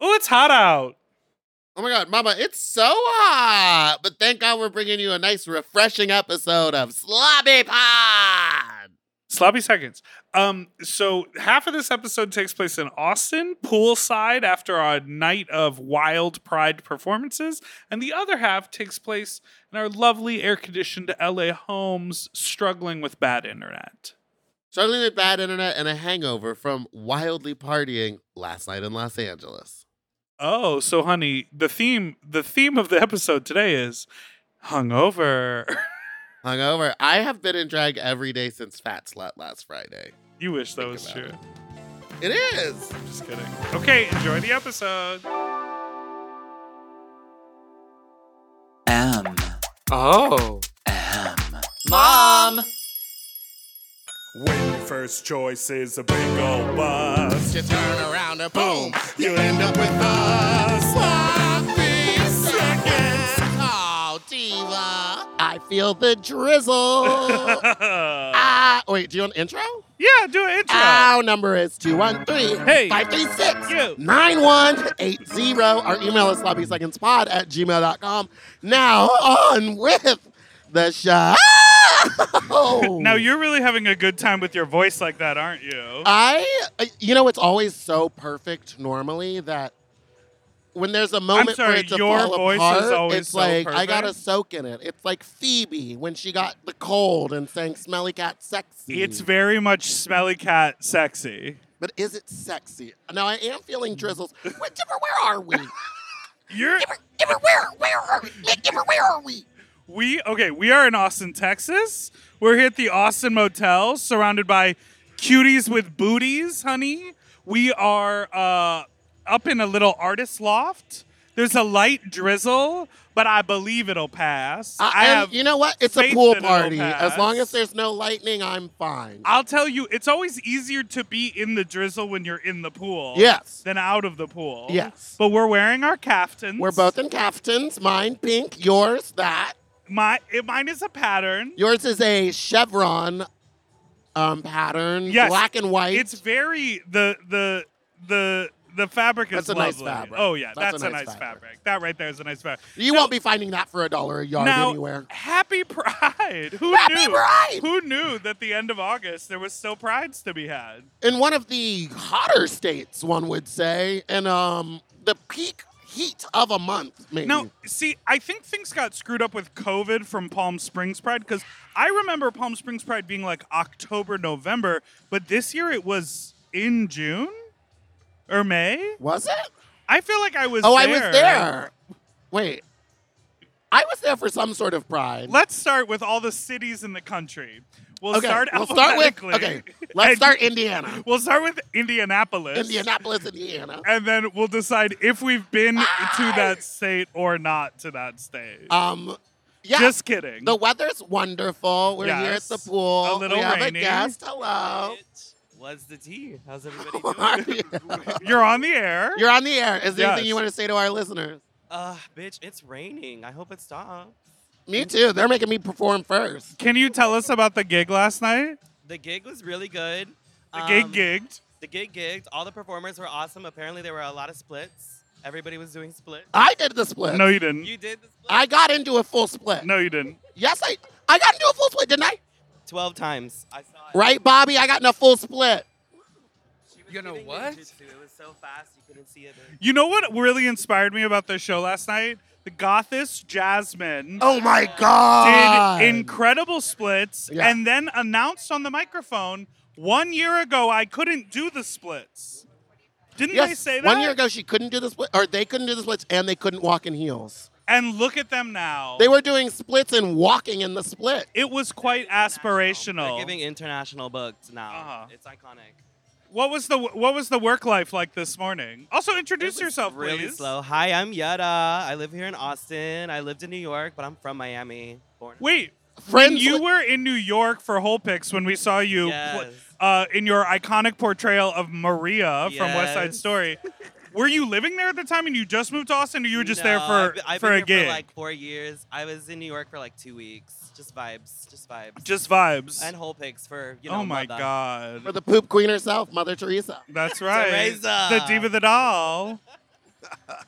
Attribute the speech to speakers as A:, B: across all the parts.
A: Oh, it's hot out.
B: Oh my God, Mama, it's so hot. But thank God we're bringing you a nice, refreshing episode of Sloppy Pod.
A: Sloppy seconds. Um, so half of this episode takes place in Austin, poolside, after a night of wild pride performances, and the other half takes place in our lovely air-conditioned LA homes, struggling with bad internet.
B: Struggling with bad internet and a hangover from wildly partying last night in Los Angeles.
A: Oh, so honey, the theme the theme of the episode today is hungover.
B: Hungover. I have been in drag every day since Fat Slut last Friday.
A: you wish that
B: Think
A: was
B: about
A: true.
B: it. It is.
A: I'm just kidding. Okay, enjoy the episode.
C: M.
D: Oh.
C: M.
D: Mom!
E: When first choice is a big old bus,
B: You turn around and boom, you end up with a sloppy seconds. Oh, Diva. I feel the drizzle.
A: yeah,
B: ah, wait, do you want intro?
A: do an intro.
B: Our number is 213
A: Hey.
B: 536
A: You.
B: 9180. Our email is sloppysecondspod at gmail.com. Now on with the show.
A: Now you're really having a good time with your voice like that, aren't you?
D: Uh,
B: I, you know, it's always so perfect normally that when there's a moment
A: sorry,
B: for it to
A: your
B: fall
A: voice is
B: apart,
A: always
B: it's
A: so
B: like I gotta
A: perfect?
B: soak in it. It's like Phoebe when she got the cold and sang "Smelly Cat Sexy."
A: it's very much smelly cat sexy.
B: but is it sexy? Now I am
A: Mm-hmm.
B: feeling drizzles. Wait, Dipper, where are we?
A: You're
B: Dipper, Dipper, where, where are we? Nick, Dipper, where are we?
A: we okay, we are in Austin, Texas. We're here at the Austin Motel, surrounded by cuties with booties, honey. We are uh, up in a little artist loft. There's a light drizzle, but I believe it'll pass.
B: Uh,
A: I
B: and
A: have
B: you know what? It's a
A: faith
B: pool
A: that it'll
B: party. As long
A: pass.
B: as there's no lightning, I'm fine.
A: I'll tell you, it's always easier to be in the drizzle when you're in the pool.
B: Yes.
A: Than out of the pool.
B: Yes.
A: But we're wearing our caftans.
B: We're both in caftans. Mine pink, yours that.
A: My it, mine is a pattern.
B: Yours is a chevron um, pattern,
A: Yes.
B: black and white.
A: It's very the the the the fabric is
B: That's a nice
A: lovely.
B: fabric.
A: Oh yeah,
B: That's
A: that's,
B: a
A: a,
B: nice
A: nice
B: fabric.
A: fabric. That right there is a nice fabric.
B: you won't be finding that for a dollar a yard
A: now,
B: anywhere.
A: Happy Pride. Who
B: Happy
A: knew?
B: Pride!
A: Who knew that the end of August there was still prides to be had?
B: In one of the hotter states, one would say, and um, the peak heat of a month, maybe.
A: Now, see, I think things got screwed up with COVID from Palm Springs Pride because I remember Palm Springs Pride being like October, November, but this year it was in June or May.
B: was it?
A: I feel like I was.
B: Oh, I
A: there.
B: was there. Wait, I was there for some sort of pride.
A: Let's start with all the cities in the country. We'll
B: okay,
A: start
B: we'll start with.
A: alphabetically.
B: Okay, let's
A: And
B: start Indiana,
A: We'll start with Indianapolis.
B: Indianapolis, Indiana.
A: And then we'll decide if we've been to
B: Ah!
A: that state or not to that state.
B: Um, yeah.
A: Just kidding.
B: The weather's wonderful. We're here at
A: Yes.
B: the pool.
A: A little
B: we have a
A: rainy.
B: guest.
A: Oh.
B: Hello.
D: What's the tea? How's everybody
B: How are
D: doing?
B: you?
A: You're on the air.
B: You're on the air. Is there anything
A: Yes.
B: you want to say to our listeners?
D: uh, bitch, it's raining. I hope it stops.
B: Me too. They're making me perform first.
A: Can you tell us about the gig last night?
D: The gig was really good.
A: The
D: Um,
A: gig gigged.
D: The gig gigged. All the performers were awesome. Apparently, there were a lot of splits. Everybody was doing splits.
A: Um,
B: I did the split.
A: No, you didn't.
D: You did the split?
B: I got into a full split.
A: no, you didn't.
B: Yes, I I got into a full split, didn't I?
D: 12 times. I saw it.
B: Right, Bobby? I got in a full split.
D: She was
C: You know
D: giving
C: what?
D: ninjutsu. It was so fast, you couldn't see it.
A: You know what really inspired me about the show last night? The gothist Jasmine
B: Oh my
A: did
B: god.
A: incredible splits
B: Yeah.
A: and then announced on the microphone one year ago I couldn't do the splits. Didn't
B: yes,
A: they say that?
B: One year ago she couldn't do the split or they couldn't do the splits and they couldn't walk in heels.
A: And look at them now.
B: They were doing splits and walking in the split.
A: it was quite
D: They're
A: aspirational.
D: giving international books now.
A: Uh-huh.
D: It's iconic.
A: what was the what was the work life like this morning? Also introduce
D: It was
A: yourself,
D: really
A: please.
D: slow. Hi, I'm Yada. I live here in Austin. I lived in New York, but I'm from Miami. Born.
A: Wait,
B: Friends
A: you
B: with-
A: were in New York for Whole Picks when we saw you pl-
D: Yes.
A: uh, in your iconic portrayal of Maria from West Side
D: Yes.
A: Story. Were you living there at the time and you just moved to Austin or you were just
D: No,
A: there for,
D: I've been, I've
A: for
D: been
A: a
D: here
A: gig?
D: For like four years. I was in New York for like two weeks. Just vibes. Just vibes.
A: just vibes.
D: and whole pigs for you know.
A: oh my
D: mother.
A: god.
B: for the poop queen herself, Mother Teresa.
A: That's right.
D: Teresa.
A: The diva the doll.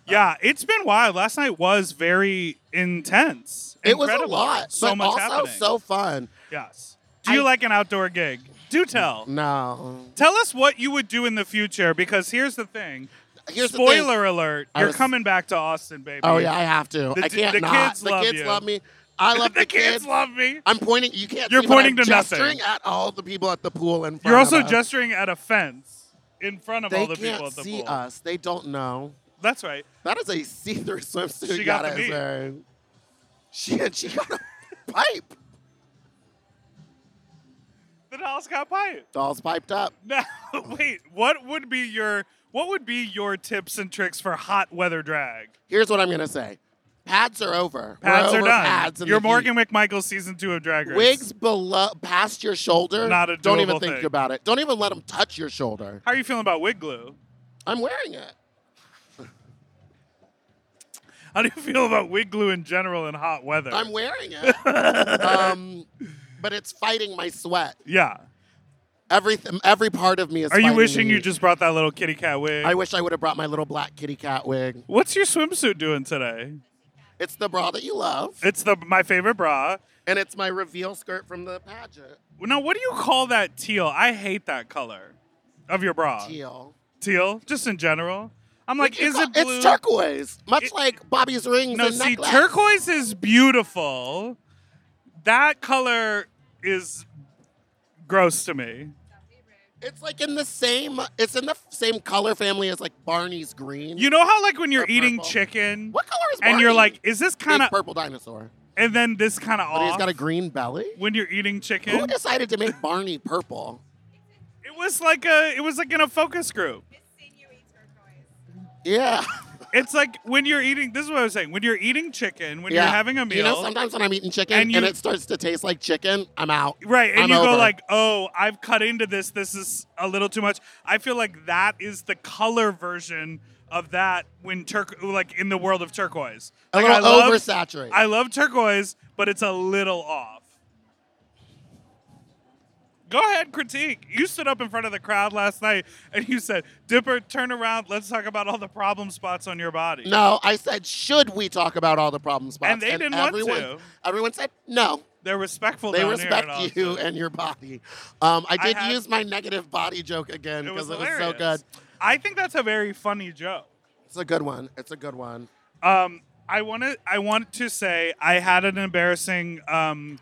A: Yeah, it's been wild. Last night was very intense.
B: It was a
A: Incredible.
B: lot,
A: So
B: but
A: much
B: also
A: happening.
B: so fun.
A: yes. Do you
B: I-
A: like an outdoor gig? Do tell.
B: No,
A: Tell us what you would do in the future because here's the thing.
B: Here's the thing.
A: Spoiler alert,
B: I
A: you're
B: was-
A: coming back to Austin, baby.
B: Oh yeah, I have to.
A: The
B: I
A: t-
B: can't
A: the
B: not.
A: kids
B: the
A: love
B: kids
A: you.
B: love me. I love
A: the, kids love me.
B: I'm pointing. You can't.
A: You're
B: see, but
A: pointing
B: I'm
A: to nothing.
B: gesturing at all the people at the pool in front.
A: You're also
B: of us.
A: gesturing at a fence in front of
B: They
A: all the
B: can't
A: people at the
B: see
A: pool.
B: us. They don't know.
A: That's right.
B: That is a see-through swimsuit.
A: She
B: you
A: got the
B: gotta
A: meat.
B: say. She and she got a pipe.
A: The dolls got pipe.
B: Dolls piped up.
A: Now, wait. What would be your what would be your tips and tricks for hot weather drag?
B: Here's what I'm gonna say. Pads are over. We're
A: Pads are
B: over
A: done.
B: Pads in
A: You're
B: the
A: Morgan McMichael season two of Drag
B: heat.
A: Race.
B: Wigs below, past your shoulder.
A: Not a
B: Don't even
A: doable
B: think
A: thing.
B: about it. Don't even let them touch your shoulder.
A: How are you feeling about wig glue?
B: I'm wearing it.
A: How do you feel about wig glue in general in hot weather?
B: I'm wearing it. um, but it's fighting my sweat.
A: yeah.
B: Everything, every part of me is.
A: Are you
B: fighting
A: wishing
B: me.
A: you just brought that little kitty cat wig?
B: I wish I would have brought my little black kitty cat wig.
A: What's your swimsuit doing today?
B: It's the bra that you love,
A: It's the my favorite bra.
B: and it's my reveal skirt from the pageant.
A: Now, what do you call that teal? I hate that color of your bra.
B: Teal.
A: Teal, just in general. I'm
B: Would
A: like,
B: you
A: is
B: call-
A: it blue?
B: It's turquoise, much
A: It-
B: like Bobby's rings
A: No,
B: and
A: see,
B: necklace.
A: turquoise is beautiful. That color is gross to me.
B: It's like in the same. It's in the f- same color family as like Barney's green.
A: You know how like when you're
B: Or
A: eating
B: purple.
A: chicken
B: what color is Barney?
A: and you're like, is this
B: Big
A: kind of
B: purple dinosaur,
A: and then this kind of
B: but he's
A: off?
B: got a green belly.
A: when you're eating chicken,
B: Who decided to make Barney purple?
A: it was like a it was like in a focus group.
B: Yeah.
A: It's like when you're eating. This is what I was saying. When you're eating chicken, when
B: Yeah.
A: you're having a meal,
B: You know, sometimes when I'm eating chicken
A: And
B: and,
A: you-
B: it starts to taste like chicken, I'm out.
A: Right, and
B: I'm
A: you go
B: over.
A: like, "Oh, I've cut into this. This is a little too much." I feel like that is the color version of that when turk like in the world of turquoise.
B: a
A: Like,
B: little
A: I love,
B: oversaturated.
A: I love turquoise, but it's a little off. Go ahead, critique. You stood up in front of the crowd last night and you said, "Dipper, turn around. Let's talk about all the problem spots on your body."
B: no, I said, should we talk about all the problem spots?
A: And they didn't want
B: everyone,
A: to.
B: Everyone said no.
A: They're respectful.
B: They
A: down here in
B: respect you
A: Austin.
B: and your body. Um, I
A: I
B: did
A: had-
B: use my negative body joke again because it was, so
A: hilarious.
B: good.
A: I think that's a very funny joke.
B: It's a good one. It's a good one.
A: Um, I want to. I want to say I had an embarrassing um,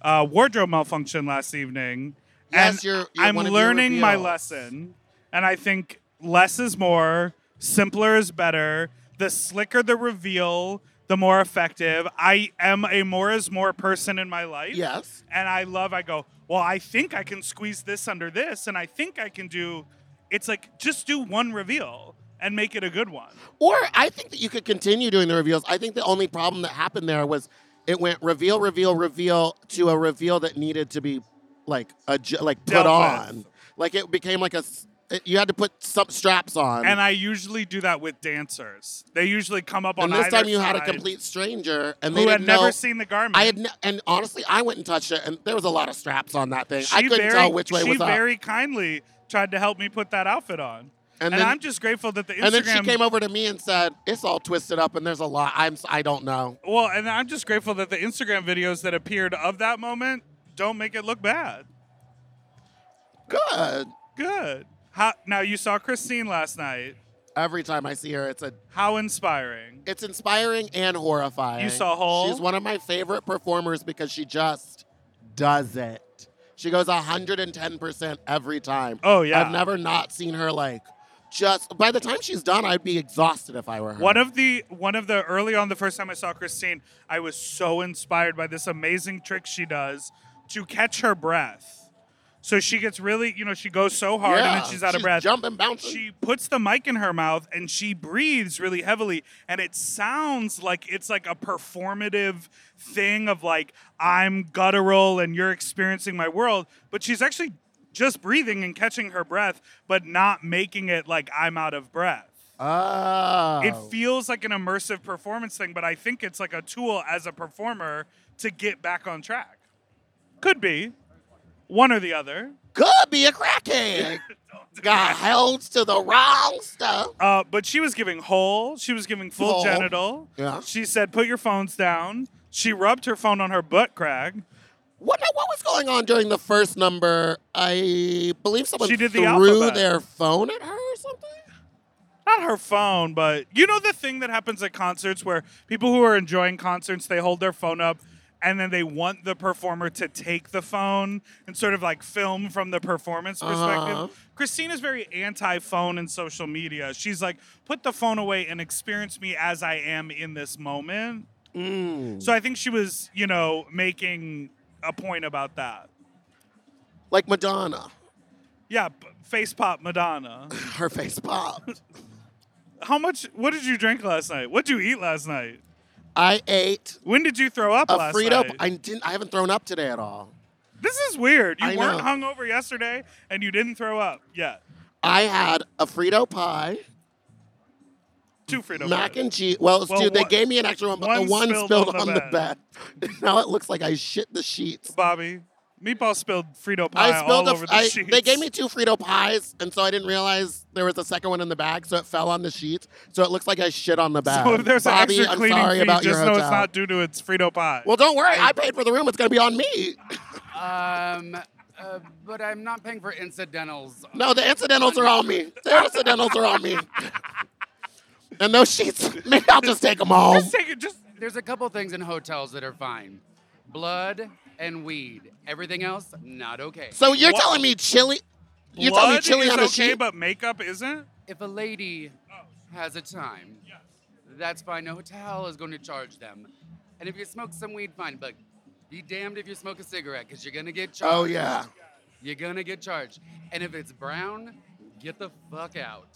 A: uh, wardrobe malfunction last evening,
B: Yes,
A: and
B: you're, you're
A: I'm
B: one of your
A: learning my
B: reveals.
A: lesson. And I think less is more. Simpler is better. The slicker the reveal, the more effective. I am a more is more person in my life
B: Yes.
A: and I love I go, well, I think I can squeeze this under this and I think I can do it's like just do one reveal and make it a good one.
B: Or I think that you could continue doing the reveals. I think the only problem that happened there was it went reveal, reveal, reveal to a reveal that needed to be like a like put
A: Dealt with.
B: on. Like it became like a s- it- you had to put some straps on.
A: And I usually do that with dancers. They usually come up on
B: And this
A: either
B: time you had a
A: side
B: complete stranger and they
A: who had
B: didn't know.
A: never seen the garment.
B: I had ne- and honestly I went and touched it and there was a lot of straps on that thing. I
A: She
B: couldn't
A: very-
B: tell which way
A: she
B: was up.
A: very kindly tried to help me put that outfit on. And,
B: And then-
A: I'm just grateful that the Instagram
B: and then she came over to me and said, "It's all twisted up and there's a lot. I'm s- I don't know."
A: Well, and I'm just grateful that the Instagram videos that appeared of that moment don't make it look bad.
B: Good.
A: Good. How, now you saw Christine last night.
B: Every time I see her, it's a
A: How inspiring.
B: It's inspiring and horrifying.
A: You saw Hole?
B: She's one of my favorite performers because she just does it. She goes 110% every time.
A: Oh, yeah.
B: I've never not seen her like just by the time she's done, I'd be exhausted if I were her.
A: One of the one of the early on the first time I saw Christine, I was so inspired by this amazing trick she does to catch her breath. So she gets really, you know, she goes so hard and
B: Yeah,
A: then she's out of breath.
B: Jumping, bouncing.
A: She puts the mic in her mouth and she breathes really heavily and it sounds like it's like a performative thing of like I'm guttural and you're experiencing my world, but she's actually just breathing and catching her breath but not making it like I'm out of breath.
B: oh.
A: It feels like an immersive performance thing, but I think it's like a tool as a performer to get back on track. Could be one or the other.
B: could be a crackhead. Got held to the wrong stuff.
A: Uh, but she was giving whole. She was giving full
B: Whole.
A: genital.
B: Yeah.
A: She said, "Put your phones down." She rubbed her phone on her butt crack.
B: What what was going on during the first number? I believe someone
A: She did the
B: threw
A: alphabet.
B: their phone at her or something.
A: Not her phone, but you know the thing that happens at concerts where people who are enjoying concerts they hold their phone up and then they want the performer to take the phone and sort of like film from the performance perspective.
B: Uh-huh.
A: Christina's very anti-phone and social media. She's like, "Put the phone away and experience me as I am in this moment." So I think she was, you know, making a point about that.
B: Like Madonna,
A: Yeah, p- face pop Madonna.
B: her face popped.
A: How much? What did you drink last night? What did you eat last night?
B: I ate
A: When did you throw up
B: a
A: last
B: Frito.
A: night?
B: I didn't. I haven't thrown up today at all.
A: this is weird. You
B: I
A: weren't
B: know.
A: hungover yesterday and you didn't throw up yet.
B: I had a Frito pie,
A: Two Frito
B: mac
A: Pies.
B: and cheese. Well, it's
A: Well,
B: dude, they
A: one-
B: gave me an extra one, but the
A: one
B: one
A: spilled
B: spilled,
A: on
B: on,
A: the
B: the, bed. now it looks like I shit the sheets.
A: Bobby, meatball spilled Frito pie
B: I spilled.
A: all
B: A,
A: over the
B: I,
A: sheets.
B: they gave me two Frito pies, and so I didn't realize there was a second one in the bag, so it fell on the sheets. So it looks like I shit on the bag.
A: So if there's
B: Bobby,
A: an extra
B: I'm
A: cleaning
B: sorry
A: fee,
B: about
A: just
B: your
A: know
B: hotel.
A: it's not due to its Frito pie.
B: well, don't worry. I paid for the room. It's gonna be on me.
F: Um, uh, but I'm not paying for incidentals.
B: No, the incidentals are on me. The incidentals are on me. And those sheets, maybe I'll just take them home.
A: just take it. Just
F: There's a couple things in hotels that are fine blood and weed. Everything else, not okay.
B: So you're
A: What?
B: telling me chili? You're telling me
A: blood
B: chili
A: is
B: on a
A: okay,
B: sheet?
A: but makeup isn't.
F: if a lady has a time, that's fine. No hotel is going to charge them. And if you smoke some weed, fine. But be damned if you smoke a cigarette because you're going to get charged.
B: oh yeah.
F: You're going to get charged. And if it's brown, get the fuck out.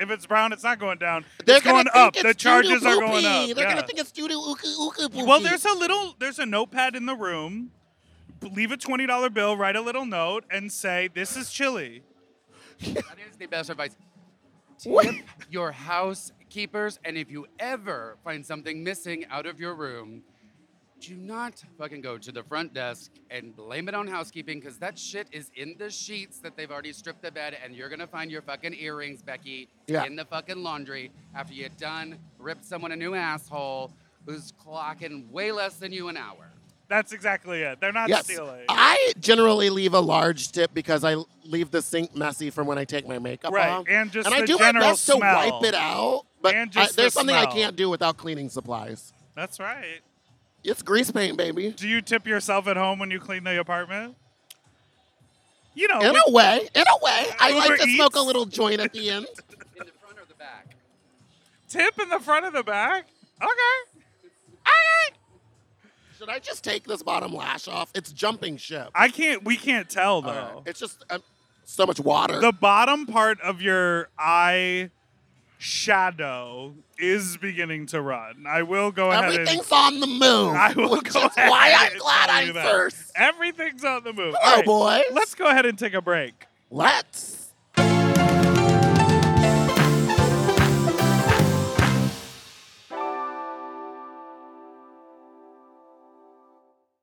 A: If it's brown, it's not going down.
B: They're
A: it's going
B: gonna think
A: up.
B: it's
A: the charges
B: doo-doo
A: are going
B: poopy.
A: up.
B: They're
A: yeah.
B: gonna think it's doo doo ooka ooka poopy.
A: Well, there's a little, there's a notepad in the room. Leave a twenty dollar bill, write a little note, and say this is chili.
F: That is the best advice.
B: What?
F: Tip your housekeepers, and if you ever find something missing out of your room, do not fucking go to the front desk and blame it on housekeeping because that shit is in the sheets that they've already stripped the bed, and you're gonna find your fucking earrings, Becky,
B: Yeah.
F: in the fucking laundry after you're done, rip someone a new asshole who's clocking way less than you an hour.
A: That's exactly it. They're not
B: yes.
A: stealing.
B: I generally leave a large tip because I leave the sink messy from when I take my makeup
A: Right,
B: off.
A: and just
B: and I
A: the
B: do my
A: general
B: best
A: smell.
B: to wipe it out, but
A: And
B: I-
A: just the
B: there's something I
A: smell.
B: can't do without cleaning supplies.
A: That's right.
B: It's grease paint, baby.
A: Do you tip yourself at home when you clean the apartment? You know,
B: In
A: with-
B: a way, in a way, I like
A: Uber
B: to smoke a
A: Eats?
B: little joint at the end.
F: In the front or the back?
A: tip in the front of the back. Okay.
B: Should I just take this bottom lash off? It's jumping ship.
A: I can't. We can't tell though.
B: It's just um, so much water.
A: The bottom part of your eye shadow is beginning to run. I will go ahead and
B: Everything's on the move.
A: I will
B: which
A: go
B: is
A: ahead
B: why
A: and
B: I'm glad
A: tell you
B: I'm
A: that.
B: first. Oh,
A: Everything's on the move.
B: Hello,
A: All right,
B: boys.
A: Let's go ahead and take a break.
B: Let's.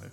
G: life?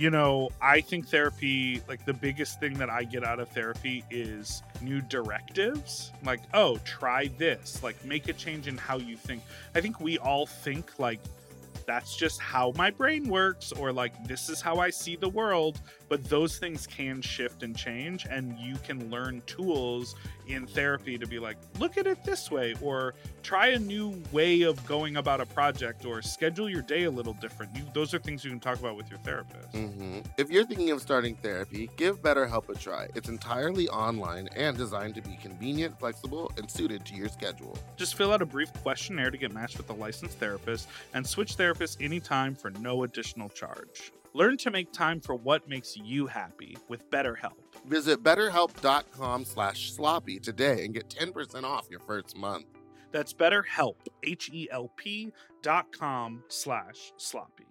G: you know, I think therapy, like the biggest thing that I get out of therapy is new directives. Like, oh, try this. Like, make a change in how you think. I think we all think like
A: that's just how my brain works or like this is how I see the world, but those things can shift and change and you can learn tools in therapy to be like look at it this way or try a new way of going about a project or schedule your day a little different. You, those are things you can talk about with your therapist.
B: hmm If you're thinking of starting therapy, give BetterHelp a try. It's entirely online and designed to be convenient, flexible, and suited to your schedule.
A: Just fill out a brief questionnaire to get matched with a licensed therapist and switch therapists anytime for no additional charge. Learn to make time for what makes you happy with BetterHelp.
B: Visit betterhelp.com slash sloppy today and get 10% off your first month.
A: That's BetterHelp, H-E-L-P dot com slash sloppy.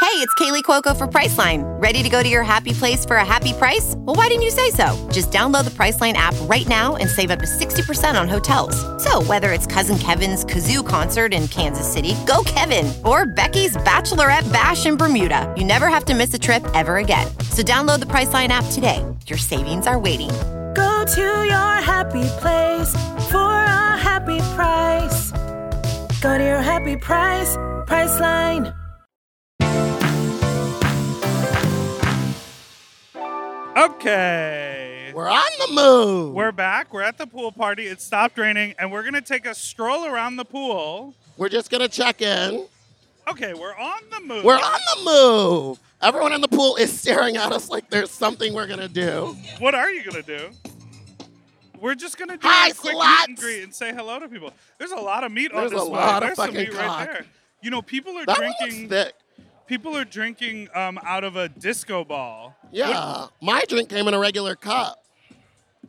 H: Hey, it's Kaylee Cuoco for Priceline. Ready to go to your happy place for a happy price? Well, why didn't you say so? Just download the Priceline app right now and save up to 60% on hotels. So, whether it's Cousin Kevin's Kazoo concert in Kansas City, go Kevin, or Becky's Bachelorette Bash in Bermuda, you never have to miss a trip ever again. So, download the Priceline app today. Your savings are waiting.
I: Go to your happy place for a happy price. Go to your happy price, Priceline.
C: Okay.
B: We're on the move.
C: We're back. We're at the pool party. It stopped raining, and we're gonna take a stroll around the pool.
B: We're just going to check in.
C: Okay, we're on the move.
B: We're on the move. Everyone in the pool is staring at us like there's something we're going to do.
C: What are you gonna do? We're just gonna do
B: Hi,
C: a quick
B: sluts!
C: meet and greet and say hello to people. There's a lot of meat
B: There's
C: on
B: a
C: this
B: lot
C: one.
B: of
C: There's some
B: fucking
C: meat
B: cock.
C: right there. You know, people are
B: That one looks
C: drinking.
B: thick.
C: People are drinking um, out of a disco ball.
B: Yeah. My drink came in a regular cup.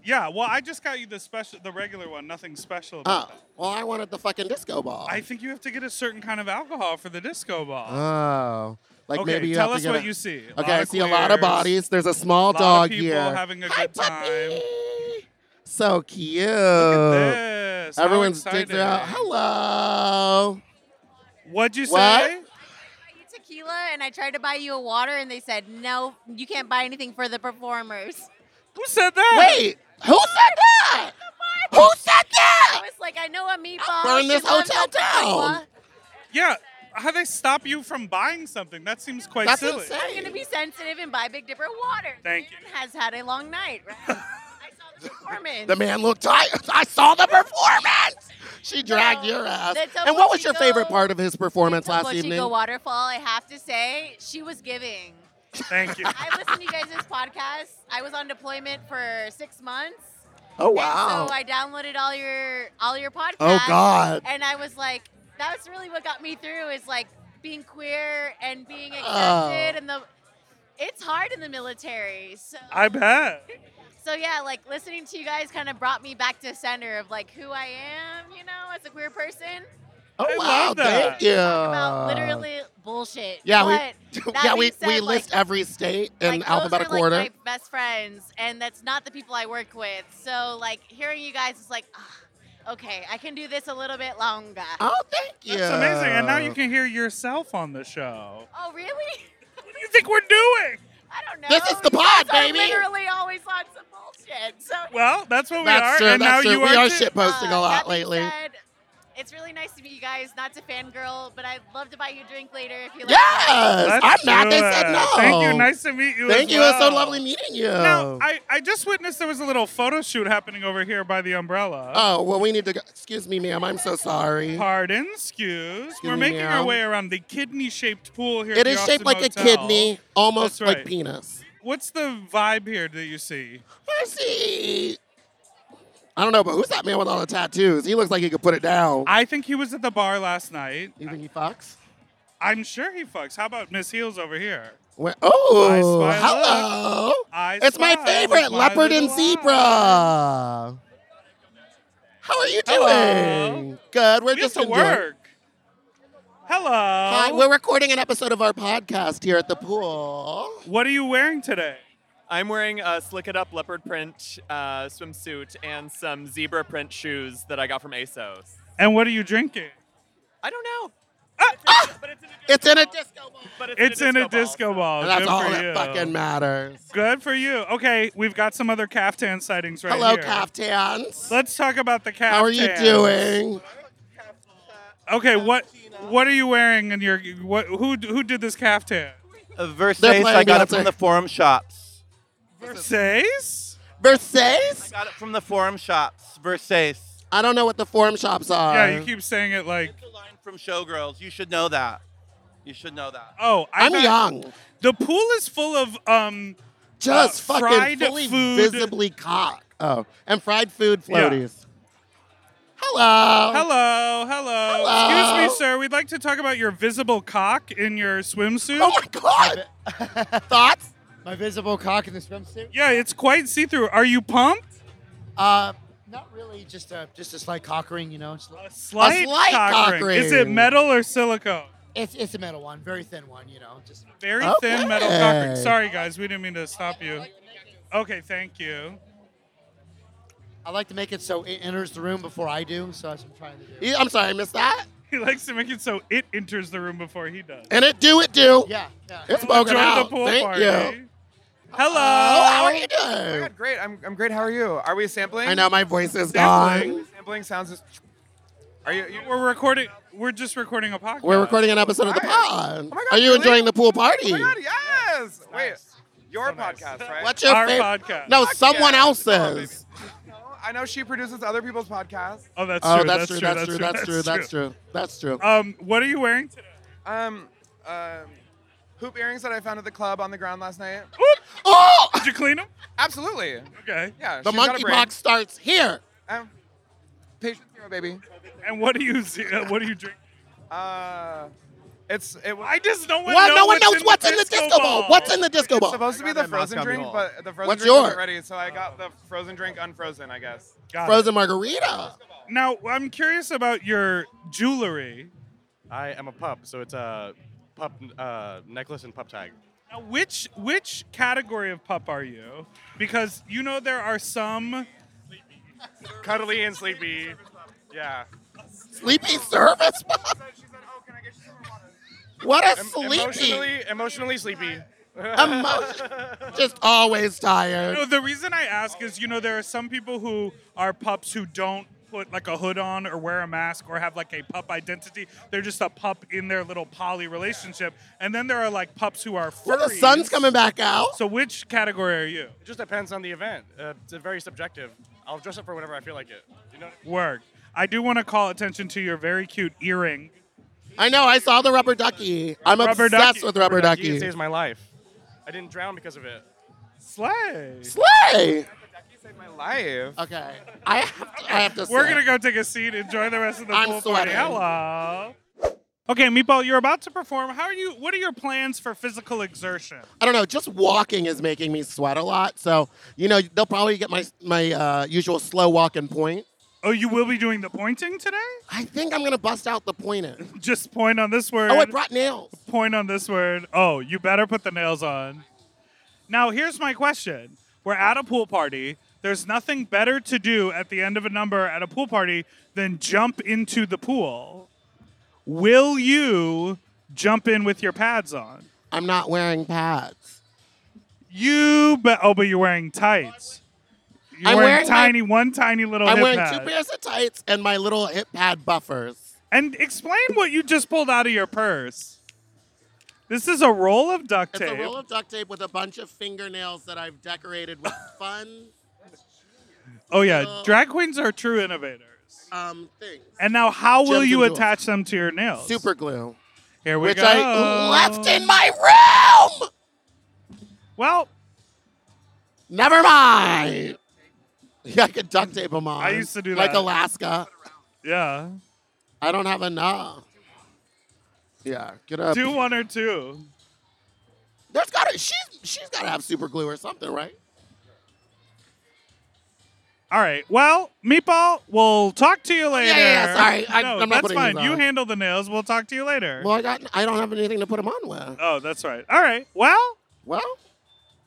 C: Yeah. Well, I just got you the special, the regular one. Nothing special about
B: Oh,
C: it.
B: well, I wanted the fucking disco ball.
C: I think you have to get a certain kind of alcohol for the disco ball.
B: Oh, like
C: Okay,
B: maybe you
C: tell
B: have to
C: us
B: get
C: what
B: a-
C: you see. A
B: Okay,
C: lot
B: I
C: of
B: see a lot of
C: queers,
B: bodies. There's a small
C: lot
B: dog
C: of people
B: here.
C: having a
B: Hi,
C: good time.
B: puppy. So cute.
C: Yes. how
B: Everyone's digs are out.
C: exciting.
B: Hello.
C: What'd you
B: What?
C: say?
J: tequila and I tried to buy you a water and they said no, you can't buy anything for the performers.
C: Who said that?
B: Wait, who said that? Who said
J: I
B: that?
J: was like, I know a meatball.
B: burn
J: Oh, she
B: this
J: loves
B: hotel
J: tequila.
B: down.
C: Yeah. How they stop you from buying something? That seems quite
B: That's
C: silly.
J: I'm gonna
B: insane.
J: be sensitive and buy Big Dipper water.
C: Thank
J: Man
C: you.
J: Has had a long night, right? I saw the performance.
B: The man looked tired. I saw the performance. She dragged
J: No,
B: your ass.
J: that's a
B: And what was your
J: Mochigo-
B: favorite part of his performance
J: The
B: last
J: Bochico
B: evening?
J: waterfall. I have to say, she was giving.
C: Thank you.
J: I listened to you guys' podcast. I was on deployment for six months.
B: Oh
J: and
B: wow.
J: so I downloaded all your all your podcasts.
B: Oh god.
J: and I was like, that was really what got me through is like being queer and being accepted
B: Oh.
J: and the it's hard in the military. So
C: I bet.
J: so yeah, like listening to you guys kind of brought me back to center of like who I am, you know, as a queer person.
B: Oh
C: I
B: wow.
C: love that.
B: Thank you.
J: about literally bullshit.
B: Uh. Yeah,
J: but
B: we
J: that
B: yeah we,
J: being said,
B: we
J: like-
B: list every state in
J: like,
B: alphabetical
J: those are,
B: order.
J: Like, my best friends, and that's not the people I work with. So like hearing you guys is like, ah, okay, I can do this a little bit longer.
B: Oh, thank you.
C: That's amazing. And now you can hear yourself on the show.
J: oh really?
C: What do you think we're doing?
J: I don't know.
B: This is the
J: You
B: pod,
J: guys are
B: baby.
J: Literally always on some bullshit. So
C: Well, that's what we
B: That's
C: are.
B: true.
C: and
B: that's
C: now
B: true.
C: you
B: we
C: are,
B: are
C: too.
B: shit posting
J: uh,
B: a lot
J: that being
B: lately.
J: said, it's really nice to meet you guys. Not to fangirl, but I'd love to buy you a drink later if you like.
B: Yes,
C: Let's
B: I'm mad.
C: do
B: They said
C: it.
B: no.
C: Thank you. Nice to meet you.
B: Thank
C: as
B: you. It's so
C: well.
B: lovely meeting you.
C: Now, I, I just witnessed there was a little photo shoot happening over here by the umbrella.
B: oh well, we need to. go. Excuse me, ma'am. I'm so sorry.
C: Pardon, excuse.
B: Excuse
C: We're
B: me,
C: making our
B: ma'am.
C: way around the kidney-shaped pool here. at
B: It
C: the
B: is shaped
C: Austin
B: like a
C: Hotel.
B: kidney, almost
C: That's
B: like
C: right.
B: penis.
C: What's the vibe here that you see?
B: I see. I don't know, but who's that man with all the tattoos? He looks like he could put it down.
C: I think he was at the bar last night.
B: you think he fucks?
C: I'm sure he fucks. How about Miss Heels over here?
B: Where- oh,
C: I spy
B: hello.
C: I
B: It's my
C: spy
B: favorite,
C: with my
B: leopard and
C: little
B: zebra.
C: eye.
B: How are you doing?
C: Hello.
B: Good. We're
C: We have
B: just
C: to
B: enjoying-
C: work. Hello.
B: Hi, we're recording an episode of our podcast here at the pool.
C: what are you wearing today?
K: I'm wearing a slick it up leopard print uh, swimsuit and some zebra print shoes that I got from ASOS.
C: And what are you drinking?
K: I don't know.
A: Ah,
K: but it's in a
B: It's in a disco ball.
K: But it's,
C: It's in a disco
K: so-
C: ball.
B: And that's
C: Good
B: all
C: for
B: that
C: you.
B: fucking matters.
C: Good for you. Okay, we've got some other caftan sightings right
B: Hello,
C: here.
B: caftans.
C: Let's talk about the caftan.
B: How are you doing?
C: Okay, what
A: What are you wearing in your what? Who who did this caftan?
L: Uh, Versace. I got it from the forum shops.
A: Versace.
B: Versace.
L: I got it from the forum shops. Versace.
B: I don't know what the forum shops are.
A: Yeah, you keep saying it like
L: from Showgirls. You should know that. You should know that.
A: Oh, I
L: I'm
A: thought-
L: young.
A: The pool is full of um,
B: Just
A: uh,
B: fucking
A: fried
B: fully
A: food.
B: visibly cock. Oh, and fried food
A: Yeah.
B: floaties. Hello.
A: Hello. Hello.
B: Oh. Hello.
A: Excuse me, sir. We'd like to talk about your visible cock in your swimsuit. Oh
B: my god. Thoughts?
M: My visible cock in the swimsuit?
A: Yeah, it's quite see-through. Are you pumped?
M: Uh, not really. Just a just a slight cockering, you know. Just a, little-
A: Slight cock ring. Is it metal or silicone?
M: It's it's a metal one, very thin one, you know. Just
A: Very thin metal cock ring. Sorry, guys. We didn't mean to stop you. Okay, thank you.
M: I like to make it so it enters the room before I do. So that's what I'm trying to do.
B: Yeah, I'm sorry, I missed that.
A: He likes to make it so it enters the room before he does.
B: And it do it do.
M: Yeah. yeah.
B: It's
A: Well,
B: spoken
A: join the
B: out.
A: pool
B: Thank
A: party.
B: you.
A: Hello.
B: how are you
N: Oh my
B: doing?
N: God, great. I'm, I'm great. How are you? Are we sampling?
B: I know my voice is
N: Sampling.
B: gone.
N: Sampling sounds. Is, are you, you?
A: We're recording. We're just recording a podcast.
B: We're recording an episode of the pod. are you enjoying the pool party?
N: Oh my God, yes. Wait, your podcast, right?
B: What's your favorite? No,
N: Fuck
B: someone
N: yeah.
B: else's.
N: I know she produces other people's podcasts.
A: Oh, that's
B: Oh,
A: true.
B: that's true, that's true, that's true, that's true, that's true.
A: Um, what are you wearing today?
N: Um, um, hoop earrings that I found at the club on the ground last night.
B: Oh!
A: Did you clean them?
N: Absolutely.
A: Okay.
N: Yeah.
B: The
N: she's got a
B: monkey
N: brain.
B: box starts here.
N: Um, patient zero, baby.
A: And what do you uh, what do you drink?
N: Uh, it's it. Was,
A: I just don't
B: What? No one knows what's in the disco ball. What's in the disco
N: It's
B: ball?
N: supposed to be the frozen drink, but the frozen
B: What's
N: drink
B: yours?
N: wasn't ready, so I got the frozen drink unfrozen, I guess.
B: Frozen margarita.
A: Now I'm curious about your jewelry.
O: I am a pup, so it's a pup uh, necklace and pup tag.
A: Now, which which category of pup are you? Because you know there are some
O: Cuddly and sleepy. Yeah.
B: Sleepy service pup. What a sleepy.
O: Emotionally, emotionally sleepy.
B: Emotion- Just always tired.
A: No, the reason I ask is, you know, there are some people who are pups who don't put like a hood on or wear a mask or have like a pup identity. They're just a pup in their little poly relationship. And then there are like pups who are furry.
B: Well, the sun's coming back out.
A: So which category are you?
O: It just depends on the event. Uh, it's very subjective. I'll dress up for whenever I feel like it. You know what I mean?
A: Work. I do want to call attention to your very cute earring.
B: I know. I saw the rubber ducky. I'm
A: Rubber
B: obsessed
A: ducky.
B: with rubber
O: It
B: ducky.
O: saves my life. I didn't drown because of it.
A: Slay.
B: Slay.
O: My life.
B: Okay. I have to, I have to
A: We're
B: say.
A: going to go take a seat, enjoy the rest of the
B: I'm
A: pool party.
B: sweating.
A: Hello. Okay, Meatball, you're about to perform. How are you? What are your plans for physical exertion?
B: I don't know. Just walking is making me sweat a lot. So you know they'll probably get my my uh, usual slow walking point.
A: Oh, you will be doing the pointing today?
B: I think I'm gonna bust out the pointer.
A: Just point on this word.
B: Oh, I brought nails.
A: point on this word. Oh, you better put the nails on. Now, here's my question. We're at a pool party. There's nothing better to do at the end of a number at a pool party than jump into the pool. Will you jump in with your pads on?
B: I'm not wearing pads.
A: You bet. Oh, but you're wearing tights. You're
B: I'm wearing my-
A: tiny, one tiny little
B: I'm
A: hip
B: wearing
A: pad.
B: two pairs of tights and my little hip pad buffers.
A: And explain what you just pulled out of your purse. This is a roll of duct
B: It's
A: tape.
B: a roll of duct tape with a bunch of fingernails that I've decorated with fun
A: oh yeah,
B: little-
A: drag queens are true innovators.
B: um things.
A: And now, how will
B: Gems
A: you
B: and jewels.
A: attach them to your nails?
B: Super glue.
A: Here we
B: which
A: go.
B: I left in my room.
A: Well,
B: never mind. Yeah, I could duct tape them on.
A: I used to do
B: like
A: that.
B: Alaska.
A: yeah.
B: I don't have enough. Yeah, get up.
A: Do one or two.
B: There's gotta she's she's gotta have super glue or something, right?
A: All right. Well, Meatball, we'll talk to you later.
B: yeah, yeah, sorry. I-
A: no,
B: I'm not
A: that's
B: putting
A: fine.
B: these
A: You
B: on.
A: handle the nails. We'll talk to you later.
B: Well, I got I don't have anything to put them on with.
A: oh, that's right. All right. Well,
B: Well,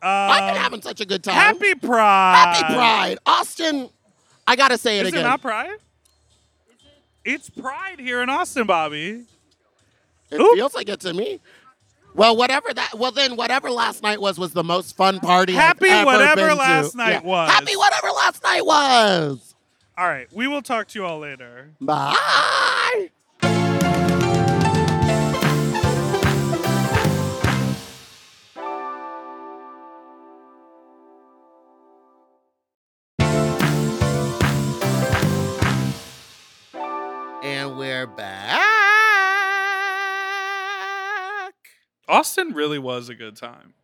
A: uh,
B: I've been having such a good time.
A: Happy Pride.
B: Happy Pride, Austin. I gotta say it
A: Is
B: again.
A: it not Pride? It's Pride here in Austin, Bobby.
B: It feels like it to me. Well, whatever that. Well, then whatever last night was was the most fun party.
A: Happy
B: I've ever
A: whatever
B: been to.
A: last night
B: Yeah.
A: was.
B: Happy whatever last night was.
A: All right. We will talk to you all later.
B: Bye. And we're back.
A: Austin really was a good time.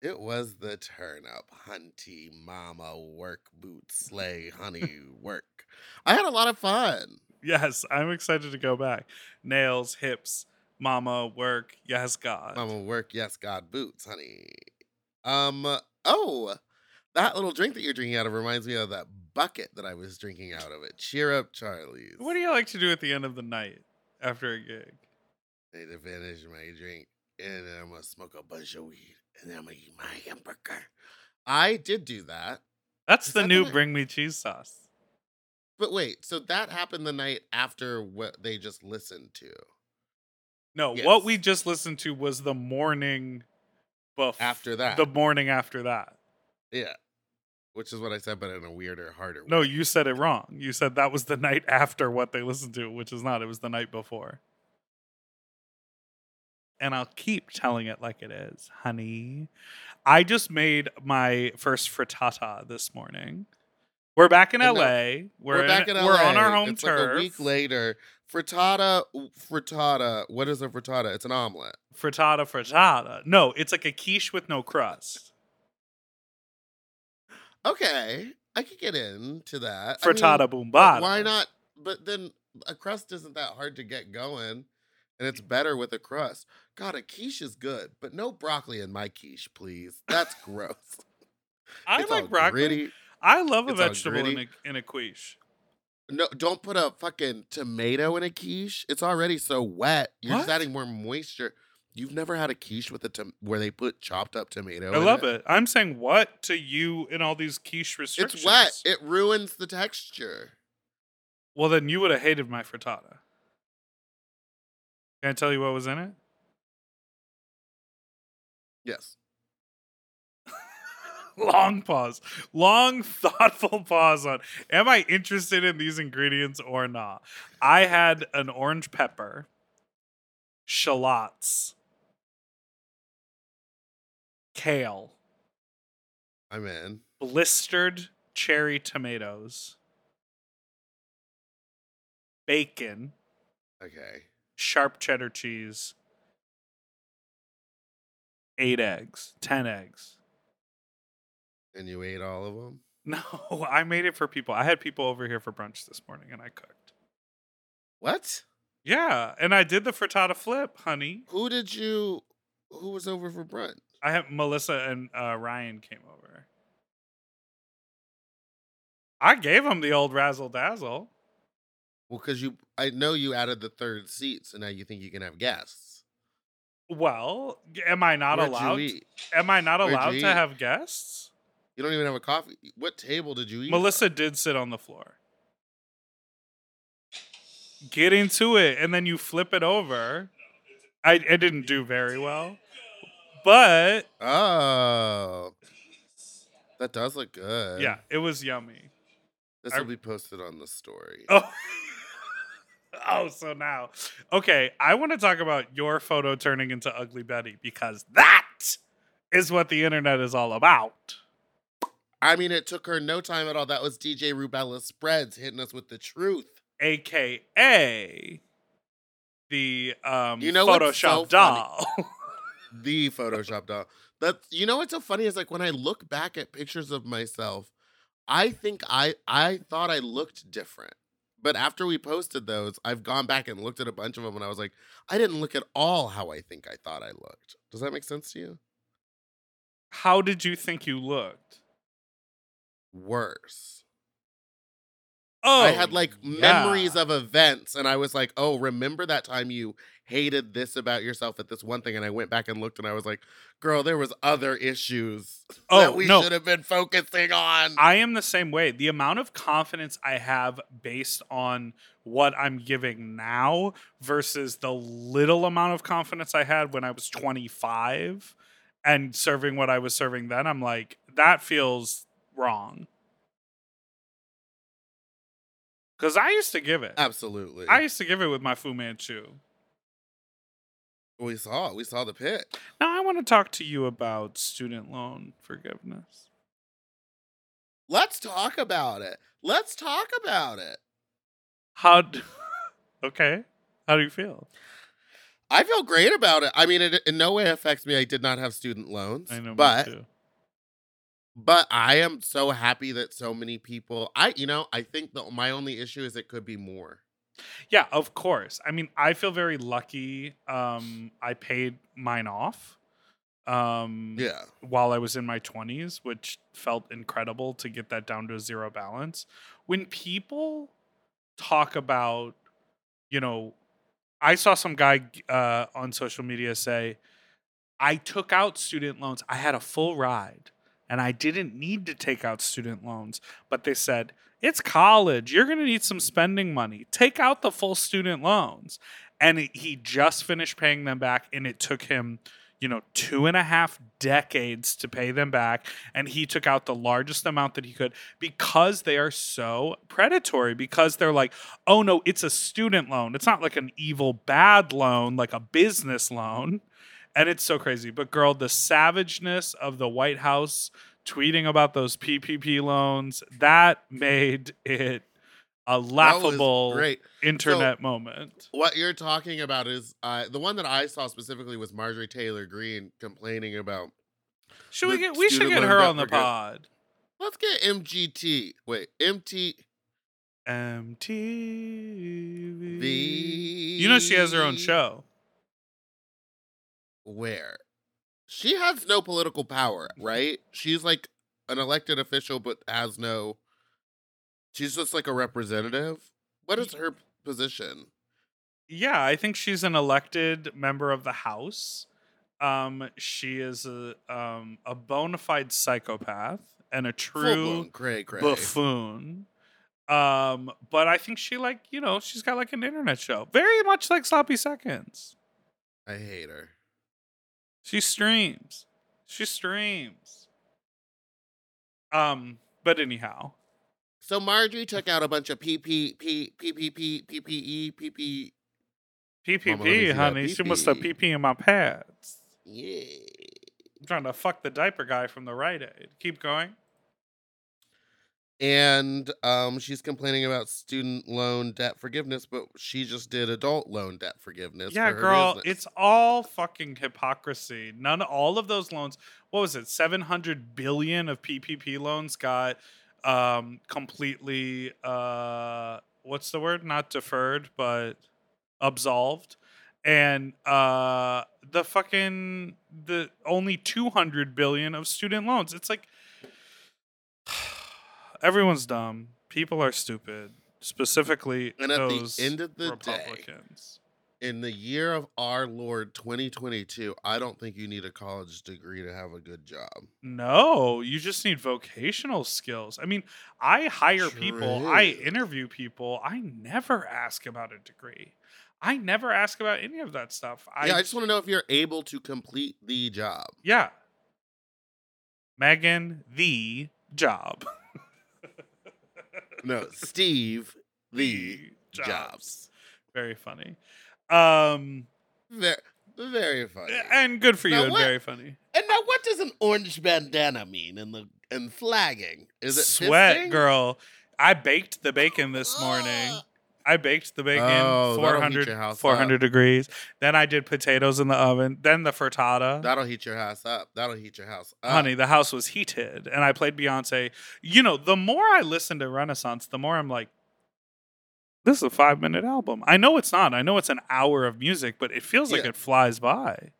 B: It was the turn up, hunty mama, work boot sleigh, honey work. I had a lot of fun.
A: Yes, I'm excited to go back. Nails, hips, mama, work. Yes, God.
B: Mama work, yes, God boots, honey. Um, oh, that little drink that you're drinking out of reminds me of that bucket that I was drinking out of it. Cheer up, Charlie's.
A: What do you like to do at the end of the night after a gig?
B: Need to finish my drink, and then I'm gonna smoke a bunch of weed, and then I'm gonna eat my hamburger. I did do that.
A: That's
B: Is
A: the
B: that
A: new
B: night-
A: bring me cheese sauce.
B: But wait, so that happened the night after what they just listened to.
A: No, what we just listened to was the morning buff.
B: After that.
A: The morning after that.
B: Yeah. Which is what I said, but in a weirder, harder
A: No,
B: way.
A: you said it wrong. You said that was the night after what they listened to, which is not. It was the night before. And I'll keep telling it like it is, honey. I just made my first frittata this morning. We're back in
B: I
A: LA.
B: know.
A: We're,
B: We're
A: in-
B: back in LA.
A: We're on our home
B: it's
A: turf.
B: Like a week later, frittata, frittata. What is a frittata? It's an omelet.
A: frittata frittata. No, it's like a quiche with no crust.
B: Okay, I could get into that. I
A: Frittata
B: mean,
A: bombata.
B: but Why not? But then a crust isn't that hard to get going, and it's better with a crust. God, a quiche is good, but no broccoli in my quiche, please. That's gross.
A: I
B: It's all
A: like broccoli.
B: gritty.
A: I love a
B: It's all
A: vegetable in a,
B: gritty.
A: in a quiche.
B: No, don't put a fucking tomato in a quiche. It's already so wet. You're just
A: What?
B: adding more moisture. You've never had a quiche with a tom- where they put chopped up tomato.
A: I
B: in
A: love it. I'm saying what to you in all these quiche restrictions.
B: It's wet. It ruins the texture.
A: Well, then you would have hated my frittata. Can I tell you what was in it?
B: Yes.
A: Long pause. Long, thoughtful pause on am I interested in these ingredients or not? I had an orange pepper, shallots, kale,
B: I'm in.
A: blistered cherry tomatoes, bacon,
B: Okay.
A: sharp cheddar cheese, eight eggs, 10 eggs.
B: And you ate all of them?
A: No, I made it for people. I had people over here for brunch this morning and I cooked.
B: What?
A: Yeah, and I did the frittata flip, honey.
B: Who did you who was over for brunch?
A: I had Melissa and uh, Ryan came over. I gave them the old razzle dazzle.
B: Well, because you I know you added the third seat, so now you think you can have guests.
A: Well, am I not
B: Where'd you
A: allowed?
B: eat?
A: Am I not
B: Where'd you
A: allowed
B: eat?
A: to have guests?
B: You don't even have a coffee. What table did you eat?
A: Melissa did sit on the floor. Get into it, and then you flip it over. I, I didn't do very well, but
B: Oh. That does look good.
A: yeah, it was yummy.
B: This
A: I-
B: will be posted on the story.
A: Oh, oh, so now, okay, I want to talk about your photo turning into Ugly Betty because that is what the internet is all about.
B: I mean, it took her no time at all. That was DJ Rubella Spreads hitting us with the truth.
A: AKA the um,
B: You know what's
A: Photoshop
B: so funny?
A: doll.
B: the Photoshop doll. That you know what's so funny is like when I look back at pictures of myself, I think I I thought I looked different. But after we posted those, I've gone back and looked at a bunch of them and I was like, I didn't look at all how I think I thought I looked. Does that make sense to you?
A: How did you think you looked?
B: Worse.
A: Oh,
B: I had like
A: yeah.
B: memories of events and I was like, "Oh, remember that time you hated this about yourself at this one thing?" And I went back and looked and I was like, "Girl, there was other issues
A: Oh,
B: that we
A: no.
B: should have been focusing on."
A: I am the same way. The amount of confidence I have based on what I'm giving now versus the little amount of confidence I had when I was 25 and serving what I was serving then, I'm like, that feels wrong. Because I used to give it.
B: Absolutely.
A: I used to give it with my Fu Manchu.
B: We saw. We saw the pit.
A: Now I want to talk to you about student loan forgiveness.
B: Let's talk about it. Let's talk about it.
A: How d- Okay. How do you feel?
B: I feel great about it. I mean, it in no way affects me. I did not have student loans.
A: I know, me
B: but
A: too.
B: but I am so happy that so many people. I you know I think that my only issue is it could be more.
A: Yeah, of course. I mean, I feel very lucky. Um, I paid mine off. Um,
B: Yeah.
A: While I was in my twenties, which felt incredible to get that down to a zero balance. When people talk about, you know, I saw some guy uh, on social media say, "I took out student loans. I had a full ride." and I didn't need to take out student loans, but they said, it's college. You're going to need some spending money. Take out the full student loans. And it- he just finished paying them back, and it took him, you know, two and a half decades to pay them back. And he took out the largest amount that he could because they are so predatory, because they're like, oh no, it's a student loan. It's not like an evil, bad loan, like a business loan and it's so crazy. But girl, the savageness of the White House tweeting about those PPP loans that made it a laughable
B: great.
A: internet
B: So-
A: moment.
B: What you're talking about is uh, the one that I saw specifically was Marjorie Taylor Greene complaining about.
A: Should we
B: the
A: get we should
B: student
A: get
B: loan
A: her
B: debt
A: on the
B: forgive-
A: pod?
B: Let's get MGT. Wait, MT.
A: MTV.
B: You
A: You know she has her own show.
B: Where? She has no political power, right? She's like an elected official, but has no. She's just like a representative. What is her position?
A: Yeah, I think she's an elected member of the House. Um, she is a um, a bona fide psychopath and a true
B: Full-blown cray cray.
A: buffoon. Um, but I think she like you know she's got like an internet show, very much like Sloppy Seconds.
B: I hate her.
A: She streams. She streams. Um, but anyhow,
B: So Marjorie took out a bunch of PP, P, E, PPP, PPE, PP. Mama, let me see
A: PPP,
B: that
A: honey, she must have
B: PP.
A: PP in my pads.
B: Yeah.
A: I'm trying to fuck the diaper guy from the Rite Aid. Keep going.
B: And um, she's complaining about student loan debt forgiveness, but she just did adult loan debt forgiveness.
A: Yeah,
B: for her
A: girl,
B: business.
A: it's all fucking hypocrisy. None, all of those loans. What was it? Seven hundred billion of PPP loans got um, completely. Uh, what's the word? Not deferred, but absolved. And uh, the fucking the only two hundred billion of student loans. It's like everyone's dumb. People are stupid. Specifically,
B: And at the
A: those
B: end of the day,
A: Republicans.
B: in the year of our Lord 2022, I don't think you need a college degree to have a good job.
A: No, you just need vocational skills. I mean, I hire people, I interview people, I never ask about a degree. I never ask about any of that stuff. I
B: yeah, I just want to know if you're able to complete the job.
A: yeah. Megan, the job.
B: No, Steve, the
A: Jobs.
B: jobs.
A: Very funny. Um
B: Very, very funny.
A: and good for you
B: Now
A: and
B: what-
A: very funny.
B: And now, what does an orange bandana mean in the in flagging? Is it
A: sweat,
B: fisting?
A: girl? I baked the bacon this morning. I baked the bacon
B: Oh, that'll heat
A: 400,
B: your house up.
A: 400 degrees. Then I did potatoes in the oven. Then the frittata.
B: That'll heat your house up. That'll heat your house up.
A: Honey, the house was heated, and I played Beyonce. You know, the more I listen to Renaissance, the more I'm like, this is a five minute album. I know it's not. I know it's an hour of music, but it feels like
B: Yeah.
A: it flies by.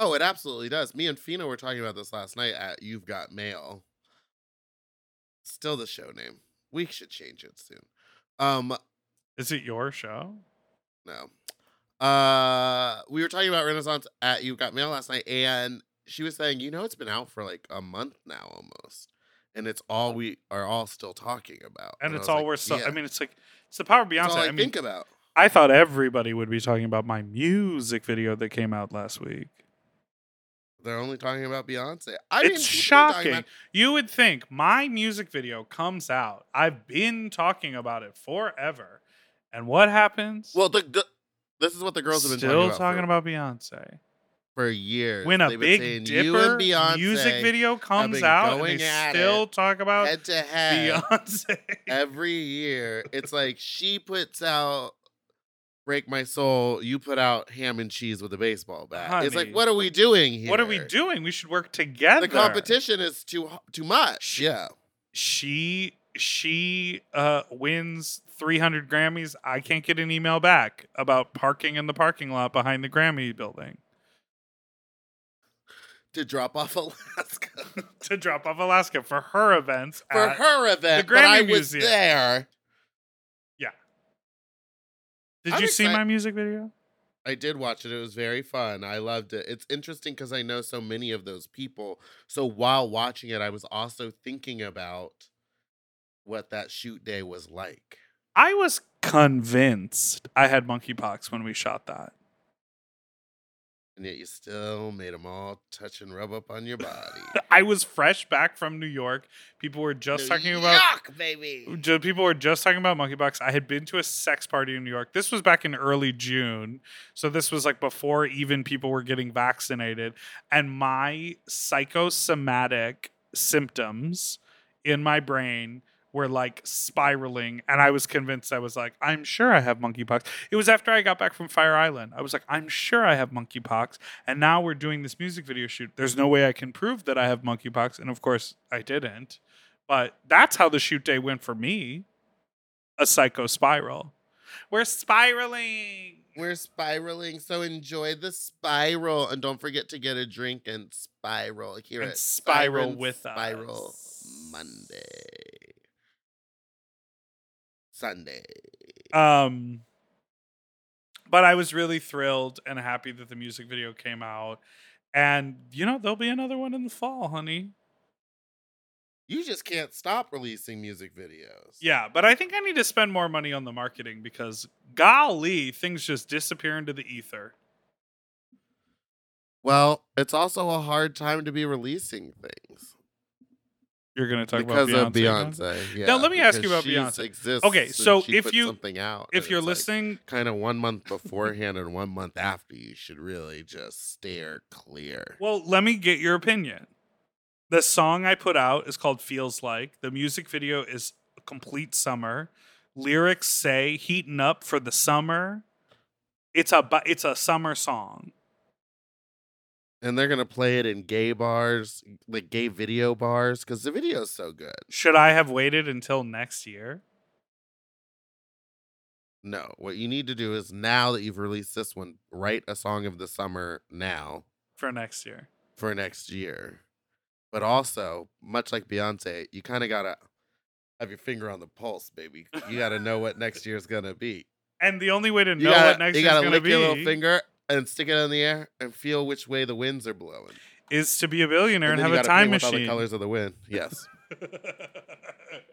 B: Oh, it absolutely does. Me and Fina were talking about this last night at You've Got Mail. Still the show name. We should change it soon. Um,
A: Is it your show?
B: no. Uh, we were talking about Renaissance at You've Got Mail last night, and she was saying, you know, it's been out for like a month now almost, and it's all we are all still talking about.
A: And,
B: I
A: it's
B: was
A: all
B: like,
A: we're so.
B: yeah,
A: I mean, it's like it's the power of Beyonce.
B: it's all I,
A: I mean,
B: think about.
A: I thought everybody would be talking about my music video that came out last week.
B: They're only talking about Beyonce. I mean,
A: it's
B: people are talking
A: shocking.
B: about-
A: you would think my music video comes out. I've been talking about it forever. And what happens?
B: well, the, the this is what the girls have been
A: Still
B: talking about. for-
A: talking about Beyonce.
B: for years.
A: When a
B: They've been
A: Big Dipper
B: saying, you and Beyonce
A: music video comes
B: been
A: out, and
B: going
A: they
B: at
A: still
B: it
A: talk about
B: head to head
A: Beyonce.
B: every year. It's like she puts out Break My Soul, you put out ham and cheese with a baseball bat. It's
A: Honey.
B: like, what are we doing here?
A: What are we doing? We should work together.
B: The competition is too too much. yeah.
A: She she uh, wins 300 Grammys. I can't get an email back about parking in the parking lot behind the Grammy building.
B: to drop off Alaska
A: to drop off Alaska for her events.
B: for
A: at
B: her event.
A: Uh, the
B: but
A: Grammy
B: I was
A: Museum.
B: there.
A: Yeah. Did
B: I'm
A: you see
B: excited-
A: my music video?
B: I did watch it. It was very fun. I loved it. It's interesting because I know so many of those people. So while watching it, I was also thinking about what that shoot day was like.
A: I was convinced I had monkeypox when we shot that.
B: And yet you still made them all touch and rub up on your body.
A: I was fresh back from New York. People were just
B: New
A: talking about
B: Yuck, baby.
A: ju- people were just talking about monkeypox. I had been to a sex party in New York. This was back in early June. So this was like before even people were getting vaccinated. And my psychosomatic symptoms in my brain were like spiraling. And I was convinced I was like, I'm sure I have monkeypox. It was after I got back from Fire Island. I was like, I'm sure I have monkeypox. And now we're doing this music video shoot. There's no way I can prove that I have monkeypox. And of course, I didn't. But that's how the shoot day went for me. A psycho spiral. We're spiraling.
B: We're spiraling. So enjoy the spiral. And don't forget to get a drink and spiral here
A: And
B: at
A: spiral
B: Siren
A: with
B: Spiral Monday. Sunday.
A: Um but I was really thrilled and happy that the music video came out. And you know, there'll be another one in the fall, honey.
B: You just can't stop releasing music videos.
A: Yeah, but I think I need to spend more money on the marketing because golly, things just disappear into the ether.
B: Well, it's also a hard time to be releasing things.
A: You're going to talk
B: because
A: about Beyonce.
B: of Beyonce. Yeah,
A: now let me ask you
B: because
A: about
B: she
A: Beyonce.
B: Exists
A: okay,
B: and
A: so
B: she
A: if
B: puts
A: you
B: something out,
A: if you're listening,
B: kind of one month beforehand and one month after, you should really just steer clear.
A: Well, let me get your opinion. The song I put out is called Feels Like. The music video is a complete summer. Lyrics say heating up for the summer. It's a bu- it's a summer song.
B: And they're gonna play it in gay bars, like gay video bars, because the video's so good.
A: Should I have waited until next year?
B: No, what you need to do is now that you've released this one, write a song of the summer now.
A: For next year.
B: for next year. But also, much like Beyonce, you kind of gotta have your finger on the pulse, baby. You gotta know what next year's gonna be.
A: And the only way to
B: You
A: know
B: gotta,
A: what next
B: you
A: year's
B: gotta
A: going to
B: lick
A: be
B: your little finger and stick it in the air and feel which way the winds are blowing.
A: is to be a billionaire and,
B: then
A: have
B: you
A: a
B: gotta
A: time
B: play with all the
A: machine.
B: colors of the wind. Yes,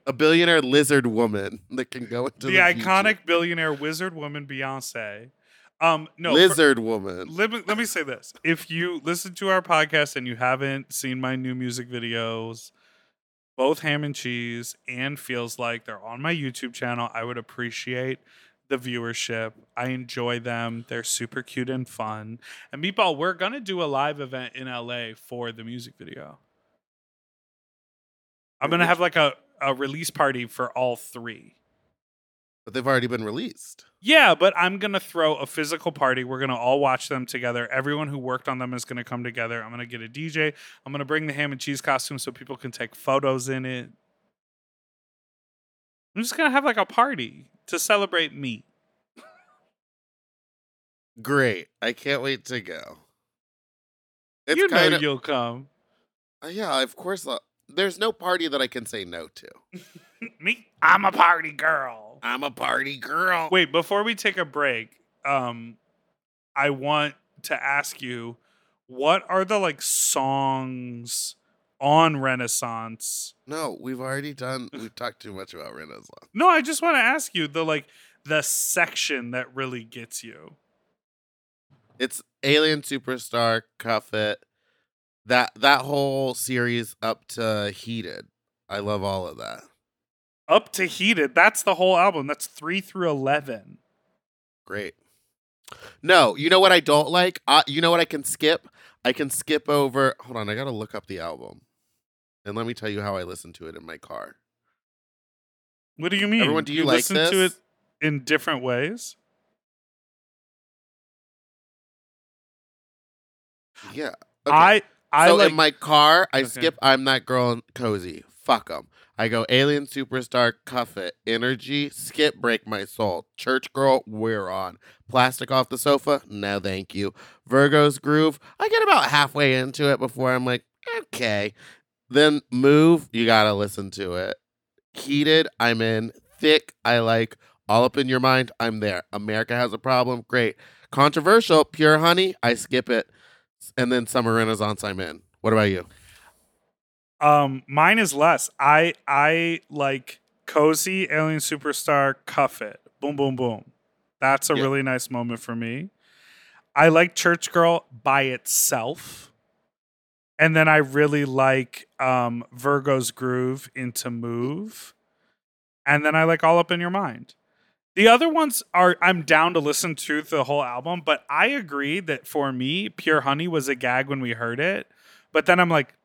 B: a billionaire lizard woman that can go into
A: the
B: the,
A: iconic
B: future.
A: billionaire wizard woman Beyonce. Um, no, for-
B: lizard woman.
A: Let me, let me say this. If you listen to our podcast and you haven't seen my new music videos, both Ham and Cheese and Feels Like, they're on my YouTube channel. I would appreciate the viewership. I enjoy them. They're super cute and fun. And Meatball, we're going to do a live event in LA for the music video. I'm going to have like a, a release party for all three.
B: But they've already been released.
A: Yeah, but I'm going to throw a physical party. We're going to all watch them together. Everyone who worked on them is going to come together. I'm going to get a DJ. I'm going to bring the ham and cheese costume so people can take photos in it. I'm just going to have like a party to celebrate me.
B: Great! I can't wait to go. It's
A: you know
B: kinda-
A: you'll come.
B: Uh, yeah, of course. uh, There's no party that I can say no to.
A: Me? I'm a party girl.
B: I'm a party girl.
A: Wait, before we take a break, um I want to ask you what are the like songs on Renaissance
B: No, we've already done. We've talked too much about Renaissance.
A: No, I just want to ask you the like the section that really gets you.
B: It's Alien Superstar, Cuff It, that that whole series up to Heated. I love all of that.
A: Up to heated. That's the whole album. That's three through eleven.
B: Great. No, you know what I don't like? Uh, you know what I can skip? I can skip over. Hold on, I gotta look up the album, and let me tell you how I listen to it in my car.
A: What do you mean?
B: Everyone, do you like
A: listen to
B: this?
A: it in different ways?
B: Yeah.
A: I- I
B: so
A: like-
B: in my car, I
A: Okay.
B: skip I'm that girl and cozy. Fuck them. I go alien superstar, cuff it, energy, skip, break my soul. Church girl, we're on. Plastic off the sofa, no thank you. Virgo's groove, I get about halfway into it before I'm like, okay. Then move, you gotta listen to it. Heated, I'm in. Thick, I like. All up in your mind, I'm there. America has a problem, great. Controversial, pure honey, I skip it. And then summer renaissance, I'm in. What about you?
A: Um, mine is less. I I like cozy alien superstar cuff it. Boom boom boom. That's a
B: Yeah.
A: really nice moment for me. I like Church Girl by itself. And then I really like um, Virgo's Groove into Move. And then I like All Up in Your Mind. The other ones are I'm down to listen to the whole album, but I agree that for me, Pure Honey was a gag when we heard it. But then I'm like,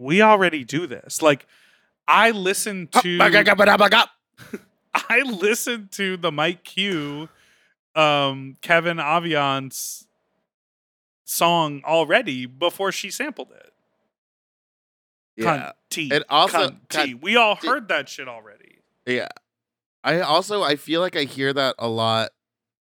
A: we already do this. Like I listened
B: Oh,
A: to I listened to the Mike Q um Kevin Avian's song already before she sampled it. Cunt-y,
B: It also
A: cunt-y. we all heard that shit already.
B: Yeah. I also I feel like I hear that a lot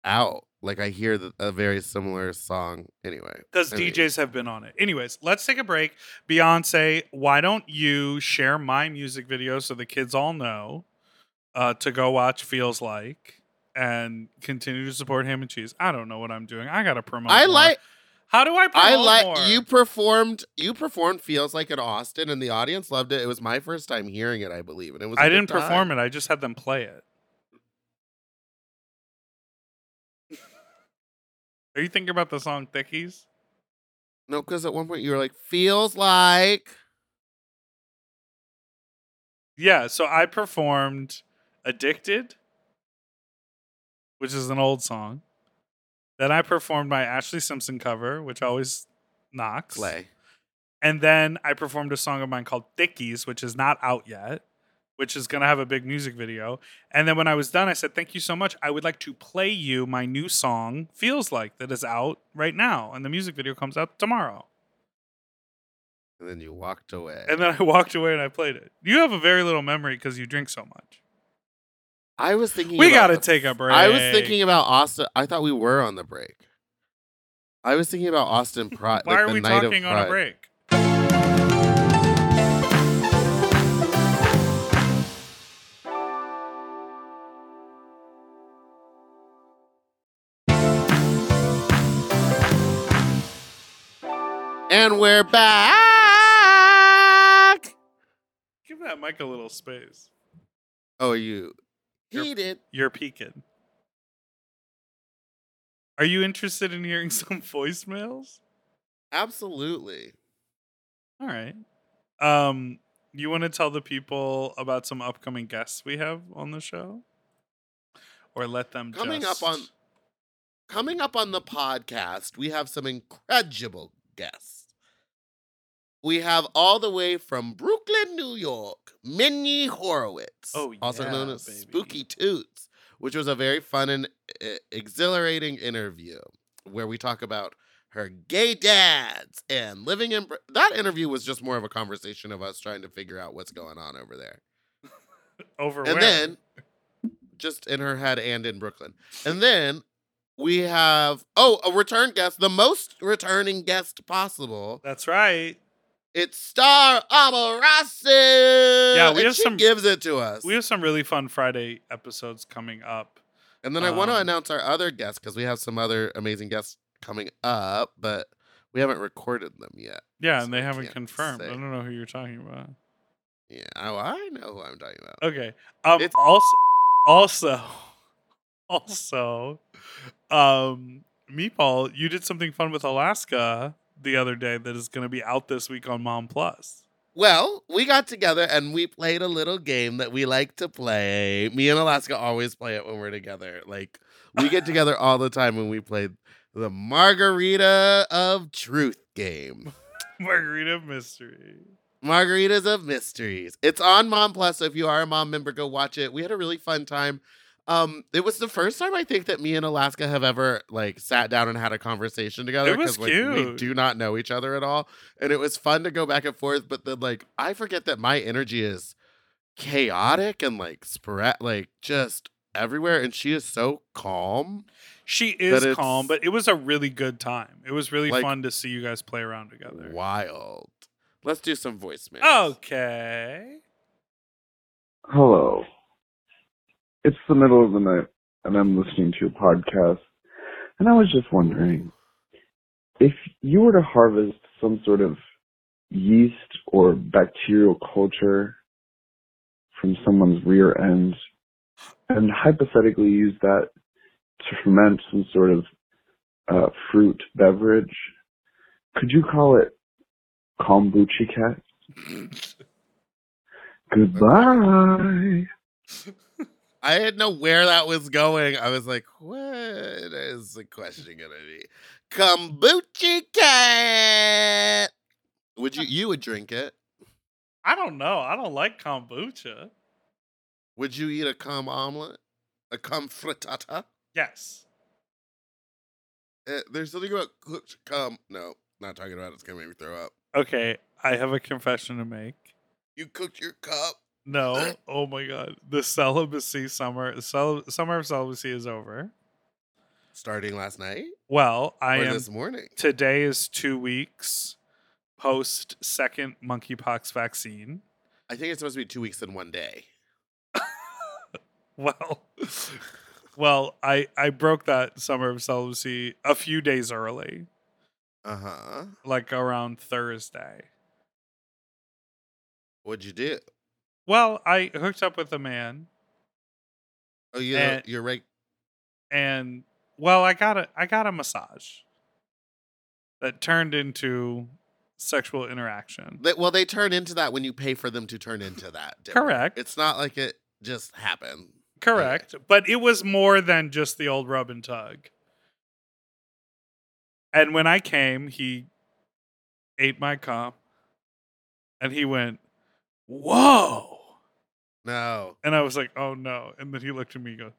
B: out. Like I hear th- a very similar song anyway.
A: Because
B: I mean,
A: DJs have been on it. Anyways, let's take a break. Beyonce, why don't you share my music video so the kids all know uh, to go watch Feels Like and continue to support Ham and Cheese? I don't know what I'm doing. I got to promote.
B: I
A: more.
B: like
A: How do I promote
B: I like
A: more?
B: you performed you performed feels like at Austin and the audience loved it. It was my first time hearing it, I believe. And it was I
A: I didn't perform it. I just had them play it. Are you thinking about the song Thickies?
B: No, because at one point you were like, feels like
A: Yeah, so I performed Addicted, which is an old song. Then I performed my Ashley Simpson cover, which always knocks.
B: play.
A: And then I performed a song of mine called Thickies, which is not out yet, which is going to have a big music video. And then when I was done, I said, Thank you so much. I would like to play you my new song, Feels Like, that is out right now. And the music video comes out tomorrow.
B: And then you walked away.
A: And then I walked away and I played it. You have a very little memory because you drink so much.
B: I was thinking
A: We
B: about
A: gotta
B: the-
A: take a
B: I was
A: break.
B: thinking about Austin. I thought we were on the break. I was thinking about Austin Pride.
A: Why
B: like
A: are
B: the
A: we
B: night of
A: talking on a
B: Pride.
A: break?
B: And we're back.
A: Give that mic a little space.
B: Oh, are you
A: You're-
B: heated?
A: You're peeking. Are you interested in hearing some voicemails?
B: Absolutely.
A: All right. Um, you want to tell the people about some upcoming guests we have on the show, or let them
B: Coming
A: just-
B: up on coming up on the podcast, we have some incredible guests. We have all the way from Brooklyn, New York, Minnie Horowitz,
A: Oh,
B: also known
A: yeah,
B: as
A: baby.
B: Spooky Toots, which was a very fun and uh, exhilarating interview where we talk about her gay dads and living in. Br- That interview was just more of a conversation of us trying to figure out what's going on over there
A: over
B: and
A: where?
B: then just in her head and in Brooklyn. And then we have oh, a return guest, the most returning guest possible.
A: That's right.
B: It's Star Amorasi.
A: Yeah, we
B: and
A: have
B: she
A: some-
B: gives it to us.
A: we have some really fun Friday episodes coming up.
B: and then I want to
A: um,
B: announce our other guests because we have some other amazing guests coming up, but we haven't recorded them yet.
A: Yeah,
B: so
A: and they
B: I
A: haven't
B: can't
A: confirmed. I
B: say.
A: don't know who you're talking about.
B: Yeah, oh, I know who I'm talking about.
A: Okay. Um also also also um Meatball, you did something fun with Alaska the other day that is going to be out this week on Mom Plus.
B: Well, we got together and we played a little game that we like to play. Me and Alaska always play it when we're together. Like we get together all the time when we play the Margarita of Truth game.
A: Margarita Mystery.
B: Margaritas of Mysteries. It's on Mom Plus. So if you are a mom member, go watch it. We had a really fun time. Um, it was the first time I think that me and Alaska have ever like sat down and had a conversation together.
A: It was
B: 'cause, like, We
A: cute.
B: do not know each other at all, and it was fun to go back and forth. But then, like, I forget that my energy is chaotic and like sporad, like just everywhere, and she is so calm.
A: She
B: that
A: is
B: it's
A: calm, but it was a really good time. It was really
B: Like-
A: fun to see you guys play around together.
B: Wild. Let's do some voicemail.
A: Oh, Okay.
P: Hello. It's the middle of the night, and I'm listening to your podcast. And I was just wondering if you were to harvest some sort of yeast or bacterial culture from someone's rear end and hypothetically use that to ferment some sort of uh, fruit beverage, could you call it kombucha cat? Goodbye.
B: I didn't know where that was going. I was like, what is the question gonna be? Kombucha cat. Would you you would drink it?
A: I don't know. I don't like kombucha.
B: Would you eat a cum omelet? A cum frittata?
A: Yes.
B: Uh, there's something about cooked cum. No, not talking about it. It's gonna make me throw up.
A: Okay, I have a confession to make.
B: You cooked your cup.
A: No. Oh my god. The celibacy summer cel- summer of celibacy is over.
B: Starting last night?
A: Well, I
B: Or
A: am
B: this morning?
A: Today is 2 weeks post second monkeypox vaccine.
B: I think it's supposed to be two weeks in one day.
A: Well, well, I I broke that summer of celibacy a few days early.
B: Uh-huh.
A: Like around Thursday.
B: What'd you do?
A: Well, I hooked up with a man.
B: Oh, you
A: And-
B: you're right.
A: and well i got a i got a massage that turned into sexual interaction
B: They, well, they turn into that when you pay for them to turn into that. dinner.
A: Correct.
B: It's not like it just happened.
A: correct but it was more than just the old rub and tug and when i came he ate my cum and he went whoa
B: no
A: and i was like oh no and then he looked at me and goes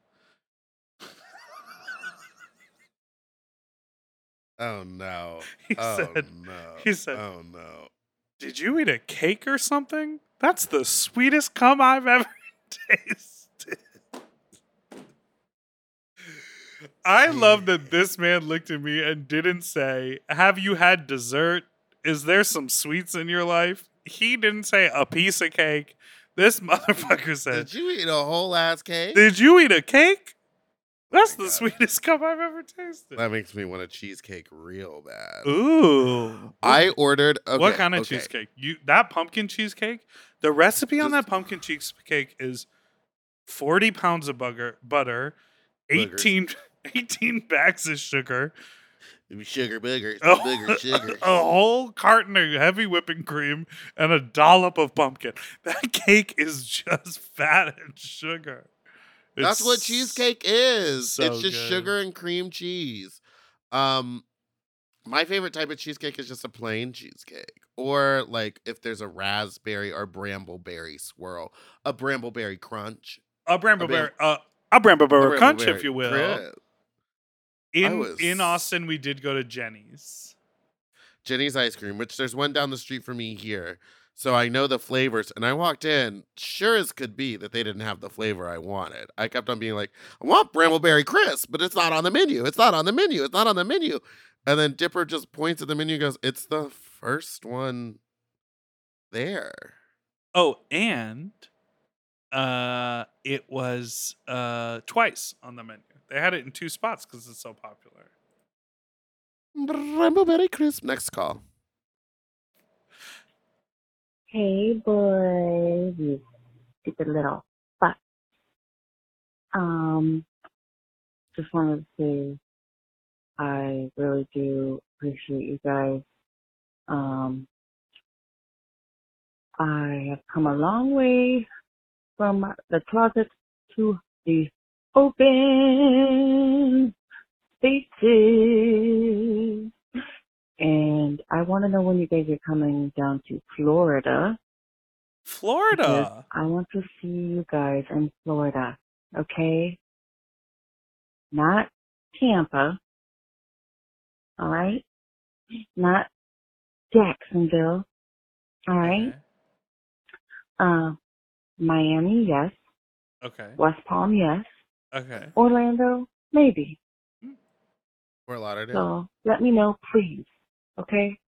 B: Oh no.
A: He
B: oh
A: said-
B: no.
A: he said-
B: Oh no.
A: did you eat a cake or something that's the sweetest cum i've ever tasted I love that this man looked at me and didn't say, Have you had dessert? Is there some sweets in your life? He didn't say a piece of cake. This motherfucker said,
B: Did you eat a whole ass cake?
A: Did you eat a cake? That's the sweetest cup I've ever tasted.
B: That makes me want a cheesecake real bad.
A: Ooh.
B: I ordered. Okay,
A: what kind of
B: okay.
A: cheesecake? You that pumpkin cheesecake? The recipe on that pumpkin cheesecake is 40 pounds of bugger, butter, 18, 18 bags of sugar,
B: Sugar boogers.
A: Oh.
B: Booger sugar.
A: a whole carton of heavy whipping cream and a dollop of pumpkin. That cake is just fat and sugar.
B: That's what cheesecake is.
A: so
B: it's just
A: good.
B: sugar and cream cheese. Um, my favorite type of cheesecake is just a plain cheesecake, or like if there's a raspberry or brambleberry swirl, a brambleberry crunch,
A: a brambleberry,
B: bam-
A: uh, a brambleberry
B: a
A: crunch, if
B: brambleberry
A: you will.
B: crisp.
A: In
B: was-
A: in Austin, we did go to Jenny's.
B: Jenny's ice cream, which there's one down the street from me here. So I know the flavors. And I walked in, sure as could be that they didn't have the flavor I wanted. I kept on being like, I want Brambleberry Crisp, but it's not on the menu. It's not on the menu. It's not on the menu. And then Dipper just points at the menu and goes, It's the first one there.
A: Oh, and uh, it was uh, twice on the menu. They had it in two spots because it's so popular.
B: Brambleberry Crisp. Next call.
Q: Hey, boys, you stupid little fuck. Um, just wanted to say I really do appreciate you guys. Um, I have come a long way from the closet to the open spaces. And I want to know when you guys are coming down to Florida.
A: Florida.
Q: because I want to see you guys in Florida. Okay? not Tampa, all right? Not Jacksonville, all right? Uh, Miami, yes.
A: Okay.
Q: West Palm, yes.
A: Okay.
Q: Orlando, maybe.
B: Fort Lauderdale.
Q: So let me know, please, okay?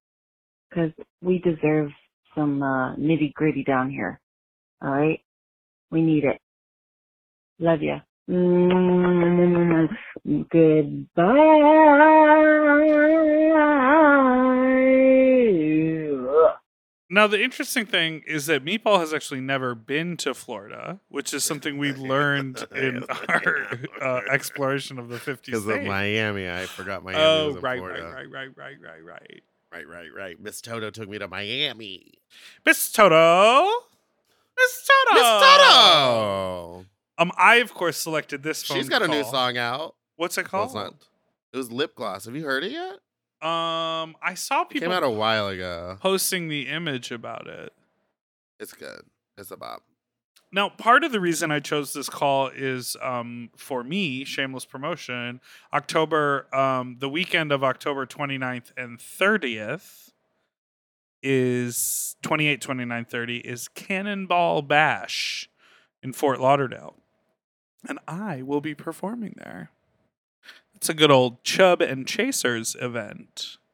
Q: Because we deserve some uh, nitty gritty down here, all right? We need it. Love Mm-hmm. you. Goodbye.
A: Now, the interesting thing is that Meatball has actually never been to Florida, which is something we learned in our uh, exploration of the 50
B: Because of
A: states.
B: Miami, I forgot Miami
A: oh,
B: was in
A: right,
B: Florida.
A: right, right, right, right, right, right.
B: Right, right, right. Miss Toto took me to Miami.
A: Miss Toto. Miss Toto.
B: Miss Toto.
A: Um, I of course selected this. Phone
B: Oh. She's got a new
A: call.
B: song out.
A: What's it
B: Well, it's
A: called?
B: not- It was Lip Gloss. Have you heard it yet?
A: Um, I saw
B: It
A: people
B: came out a while ago.
A: posting the image about it.
B: It's good. It's a bop.
A: Now, part of the reason I chose this call is um, for me, shameless promotion, October, um, the weekend of October 29th and 30th is 28, 29, 30 is Cannonball Bash in Fort Lauderdale. And I will be performing there. It's a good old Chub and Chasers event.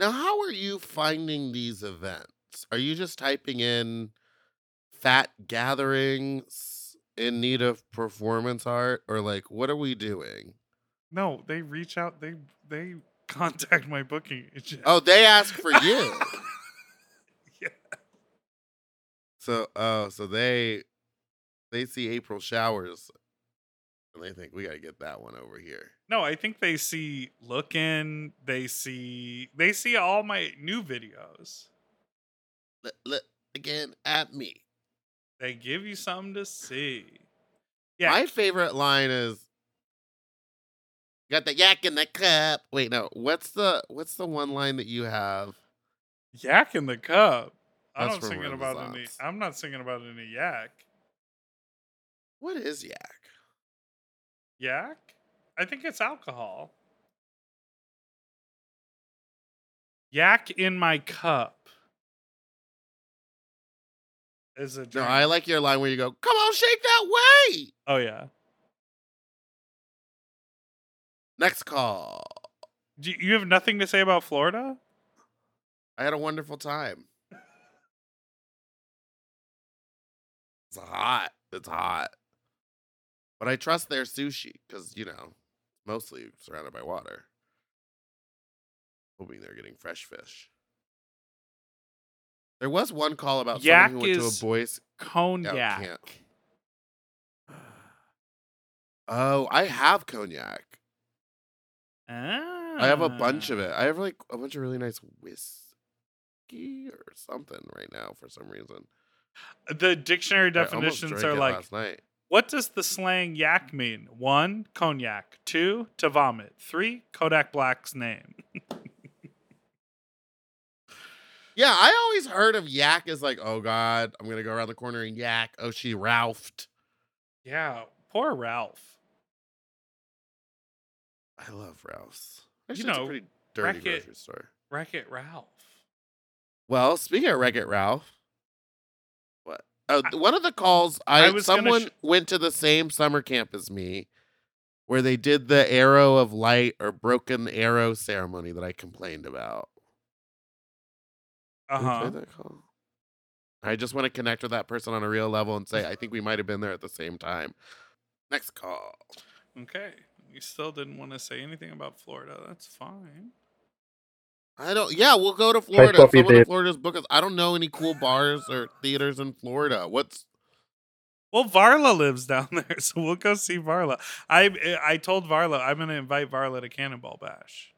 B: Now, how are you finding these events? Are you just typing in fat gatherings in need of performance art? Or like, what are we doing?
A: No, they reach out, they they contact my booking agent.
B: Oh, they ask for you.
A: Yeah.
B: So oh, so they they see April showers and they think we gotta get that one over here.
A: No, I think they see looking. They see they see all my new videos.
B: Look, look again at me.
A: They give you something to see. Yeah.
B: My favorite line is got the yak in the cup. Wait, no, what's the what's the one line that you have?
A: Yak in the cup. I'm
B: That's
A: not
B: from
A: singing about any.
B: Renaissance.
A: I'm not singing about any yak.
B: What is yak?
A: Yak. I think it's alcohol. Yak in my cup. Is a
B: No,
A: drink.
B: I like your line where you go, come on, shake that way.
A: oh yeah.
B: Next call.
A: Do you- you have nothing to say about Florida?
B: I had a wonderful time. It's hot. It's hot. But I trust their sushi because, you know, mostly surrounded by water. Hoping they're getting fresh fish. There was one call about
A: Yak
B: someone who went to
A: is
B: a Boy Scout
A: Cognac.
B: camp. Oh, I have cognac.
A: Ah.
B: I have a bunch of it. I have like a bunch of really nice whiskey or something right now for some reason.
A: The dictionary
B: I almost
A: definitions
B: drank
A: are
B: it
A: like
B: last night.
A: What does the slang yak mean? One, cognac. Two, to vomit. Three, Kodak Black's name.
B: Yeah, I always heard of yak as like, oh god, I'm gonna go around the corner and yak. Oh, she Ralphed.
A: Yeah, poor Ralph.
B: I love Ralph's.
A: You
B: Actually, it's
A: know,
B: a pretty dirty
A: Wreck-It-
B: grocery store.
A: Wreck it, Ralph.
B: Well, speaking of Wreck It Ralph, what? Oh, th- one of the calls, I,
A: I was gonna
B: someone
A: sh-
B: went to the same summer camp as me, where they did the arrow of light or broken arrow ceremony that I complained about.
A: Uh
B: Did we play
A: huh.
B: that call? I just want to connect with that person on a real level and say, I think we might have been there at the same time. Next call.
A: Okay. You still didn't want to say anything about Florida. That's fine.
B: I don't. Yeah, we'll go to Florida.
P: copy
B: Someone in
P: that.
B: Florida's book us. I don't know any cool bars or theaters in Florida. What's
A: Well, Varla lives down there, so we'll go see Varla. I I told Varla I'm going to invite Varla to Cannonball Bash.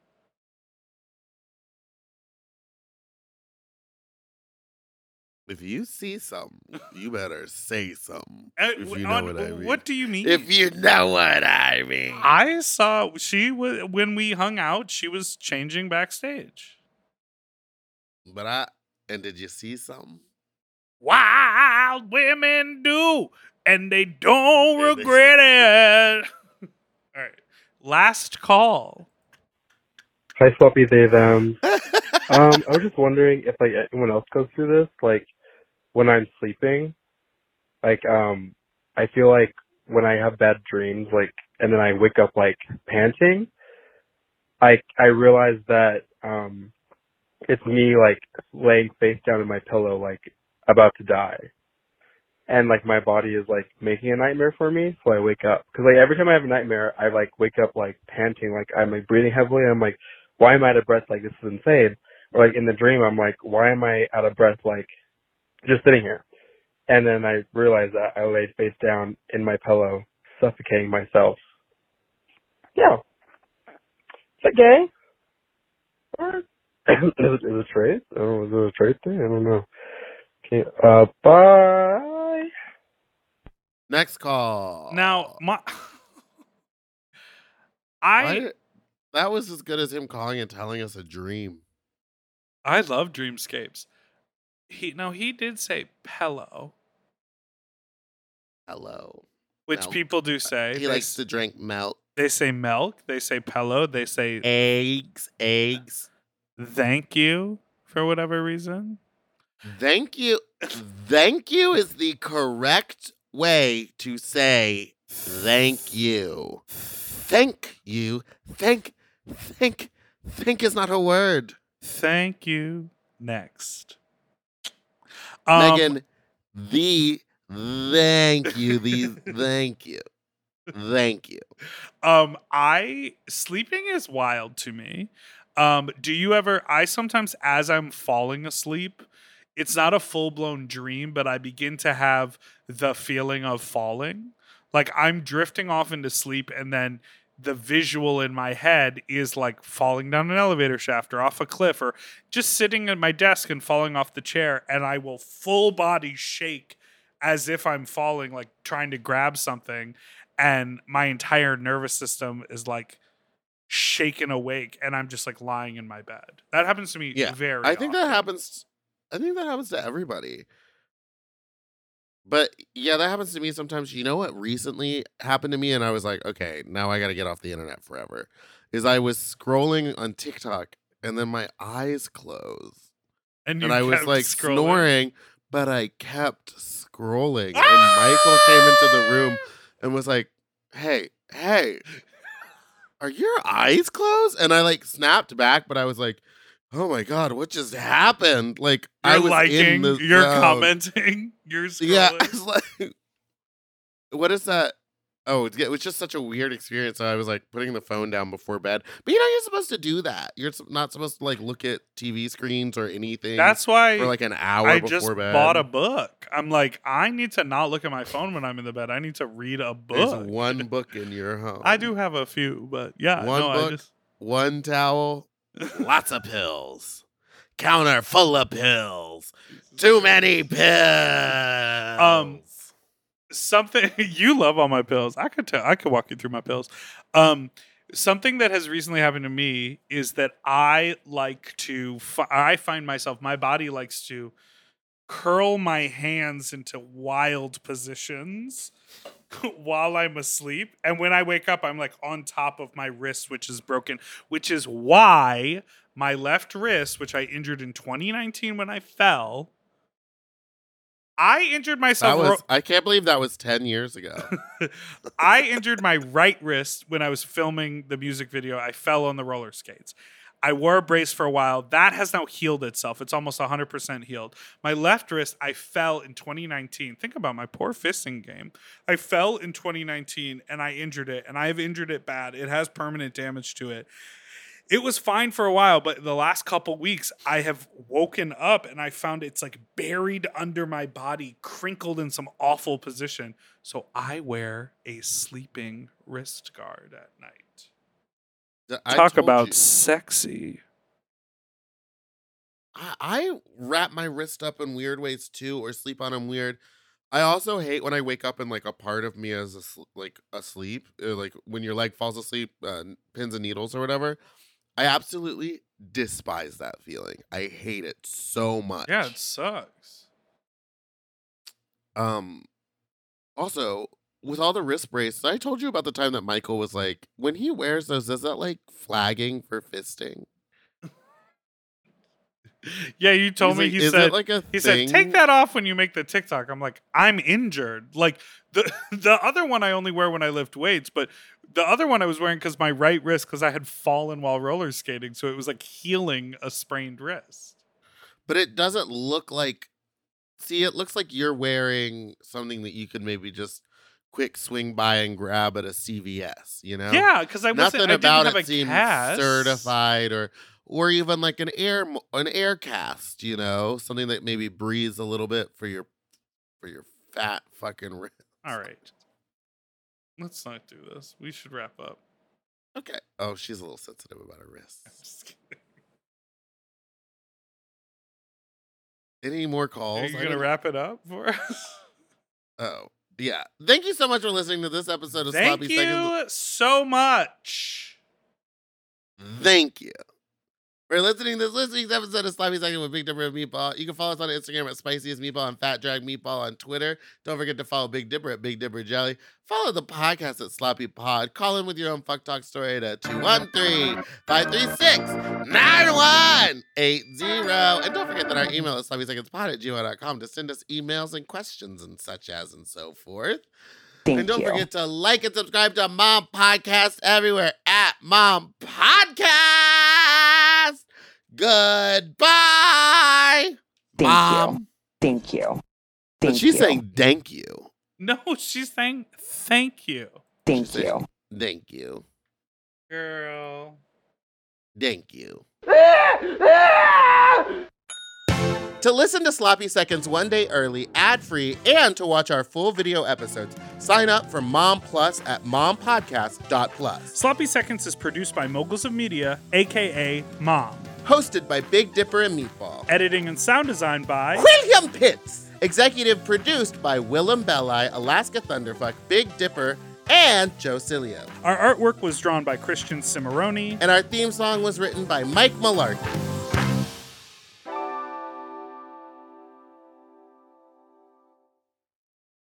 B: if you see some, you better say something.
A: Uh,
B: If you know
A: on-
B: what I mean.
A: what do you Ah. mean?
B: If you know what I mean.
A: I saw she was when we hung out. She was changing backstage.
B: But I and did you see something?
A: Wild women do, and they don't
B: Yeah, they-
A: regret it. All right, Last call.
R: Hi, Sloppy They Them. um, I was just wondering if like anyone else goes through this. Like when I'm sleeping, like um, I feel like when I have bad dreams, like and then I wake up like panting. I I realize that um, it's me like laying face down in my pillow, like about to die. And like my body is like making a nightmare for me, so I wake up. Cause like every time I have a nightmare, I like wake up like panting, like I'm like breathing heavily. I'm like, why am I out of breath? Like this is insane. Or like in the dream, I'm like, why am I out of breath? Like just sitting here. And then I realized that I laid face down in my pillow, suffocating myself. Yeah. Is that gay? Or- is it, is it trade? Oh, is it a trade thing? I don't know. Okay. Uh, bye.
B: Next call.
A: Now, my I
B: Why did- that was as good as him calling and telling us a dream.
A: I love dreamscapes. He now he did say pillow,
B: Hello.
A: which
B: Milk.
A: people do say.
B: uh, He
A: They
B: likes
A: s-
B: to drink milk.
A: They say milk. They say pillow. They say
B: eggs. Eggs.
A: Thank you for whatever reason.
B: Thank you. thank you is the correct way to say thank you. Thank you. Thank, thank, thank is not a word.
A: Thank you. Next. Um,
B: Megan, the thank you. The thank you. Thank you.
A: Um, I sleeping is wild to me. Um, do you ever? I sometimes, as I'm falling asleep, it's not a full blown dream, but I begin to have the feeling of falling. Like I'm drifting off into sleep, and then the visual in my head is like falling down an elevator shaft or off a cliff or just sitting at my desk and falling off the chair, and I will full body shake as if I'm falling, like trying to grab something, and my entire nervous system is like shaken awake, and I'm just like lying in my bed. That happens to me
B: Yeah,
A: very.
B: I think
A: often.
B: that happens. I think that happens to everybody. But yeah, that happens to me sometimes. You know what recently happened to me, and I was like, okay, now I got to get off the internet forever. Is I was scrolling on TikTok, and then my eyes closed,
A: And,
B: and,
A: you
B: I was
A: kept
B: like
A: scrolling.
B: snoring, but I kept scrolling. And Michael came into the room and was like, "Hey, hey, are your eyes closed?" And I like snapped back, but I was like, "Oh my god, what just happened?" Like I
A: You're
B: was in
A: liking,
B: the
A: you're
B: zone.
A: commenting, you're scrolling.
B: Yeah, I was like, what is that? Oh, it's- it was just such a weird experience. So I was like putting the phone down before bed. But you know, you're supposed to do that. You're sup- not supposed to like look at TV screens or anything.
A: That's why
B: for like an hour
A: I
B: before
A: just
B: bed.
A: bought a book. I'm like, I need to not look at my phone when I'm in the bed. I need to read a
B: There's
A: book.
B: one book in your home.
A: I do have a few, but yeah,
B: one
A: no, I
B: book,
A: just
B: one towel, lots of pills, counter full of pills, too many pills.
A: um something you love all my pills i could tell i could walk you through my pills um something that has recently happened to me is that i like to fi- i find myself my body likes to curl my hands into wild positions while i'm asleep and when i wake up i'm like on top of my wrist which is broken which is why my left wrist which i injured in 2019 when i fell i injured myself
B: That
A: ro-
B: was I can't believe that was ten years ago.
A: I injured my right wrist when I was filming the music video. I fell on the roller skates. I wore a brace for a while. That has now healed itself. It's almost 100% healed. My left wrist, I fell in 2019. Think about my poor fisting game. I fell in 2019 and I injured it, and I have injured it bad. It has permanent damage to it. It was fine for a while, but the last couple weeks, I have woken up and I found it's like buried under my body, crinkled in some awful position. So I wear a sleeping wrist guard at night.
B: I
A: Talk
B: told
A: about
B: you.
A: sexy.
B: I, I wrap my wrist up in weird ways too, or sleep on them weird. I also hate when I wake up and like a part of me is asl- like asleep, or like when your leg falls asleep, uh, n- pins and needles or whatever. I absolutely despise that feeling. I hate it so much.
A: Yeah, it sucks.
B: Um. Also, with all the wrist braces, I told you about the time that Michael was like, when he wears those, is that like flagging for fisting?
A: Yeah, you told
B: He's
A: me
B: like,
A: he
B: "Is
A: said
B: it like a
A: he
B: thing?"
A: said take that off when you make the TikTok. I'm like, I'm injured. Like the the other one I only wear when I lift weights, but the other one I was wearing cuz my right wrist cuz I had fallen while roller skating, so it was like healing a sprained wrist.
B: But it doesn't look like. See, it looks like you're wearing something that you could maybe just quick swing by and grab at a CVS. You know?
A: Yeah, 'cause I wasn't-
B: nothing
A: I didn't
B: about
A: have
B: it
A: a
B: seemed
A: cast.
B: certified or or even like an air mo- an air cast. You know, something that maybe breathes a little bit for your for your fat fucking wrist.
A: All right. Let's not do this. We should wrap up.
B: Okay. Oh, she's a little sensitive about her wrist. Any more calls?
A: Are you
B: I
A: going to
B: didn't-
A: wrap it up for us?
B: Oh, yeah. Thank you so much for listening to this episode of
A: Thank
B: Sloppy Seconds.
A: you so much.
B: Thank you. For listening to this this week's episode of Sloppy Seconds with Big Dipper and Meatball. You can follow us on Instagram at Spiciest Meatball and Fat Drag Meatball on Twitter. Don't forget to follow Big Dipper at Big Dipper Jelly. Follow the podcast at Sloppy Pod. Call in with your own fuck talk story at 213 536 9180. And don't forget that our email is sloppysecondspod at gmail.com to send us emails and questions and such as and so forth and
S: Thank
B: don't
S: you.
B: forget to like and subscribe to Mom Podcast everywhere at Mom Podcast. Goodbye.
S: Thank
B: Mom.
S: you. Thank you.
B: But
S: Thank
B: she's
S: you.
B: saying thank you.
A: No, she's saying thank you.
S: Thank
B: She's saying, Thank you.
A: Girl.
B: Thank you. To listen to Sloppy Seconds one day early, ad free, and to watch our full video episodes, sign up for Mom Plus at mompodcast.plus.
A: Sloppy Seconds is produced by Moguls of Media, aka Mom.
B: Hosted by Big Dipper and Meatball.
A: Editing and sound design by
B: William Pitts. Executive produced by Willem Belli, Alaska Thunderfuck, Big Dipper, and Joe Cilio.
A: Our artwork was drawn by Christian Cimarroni.
B: And our theme song was written by Mike Malarkey.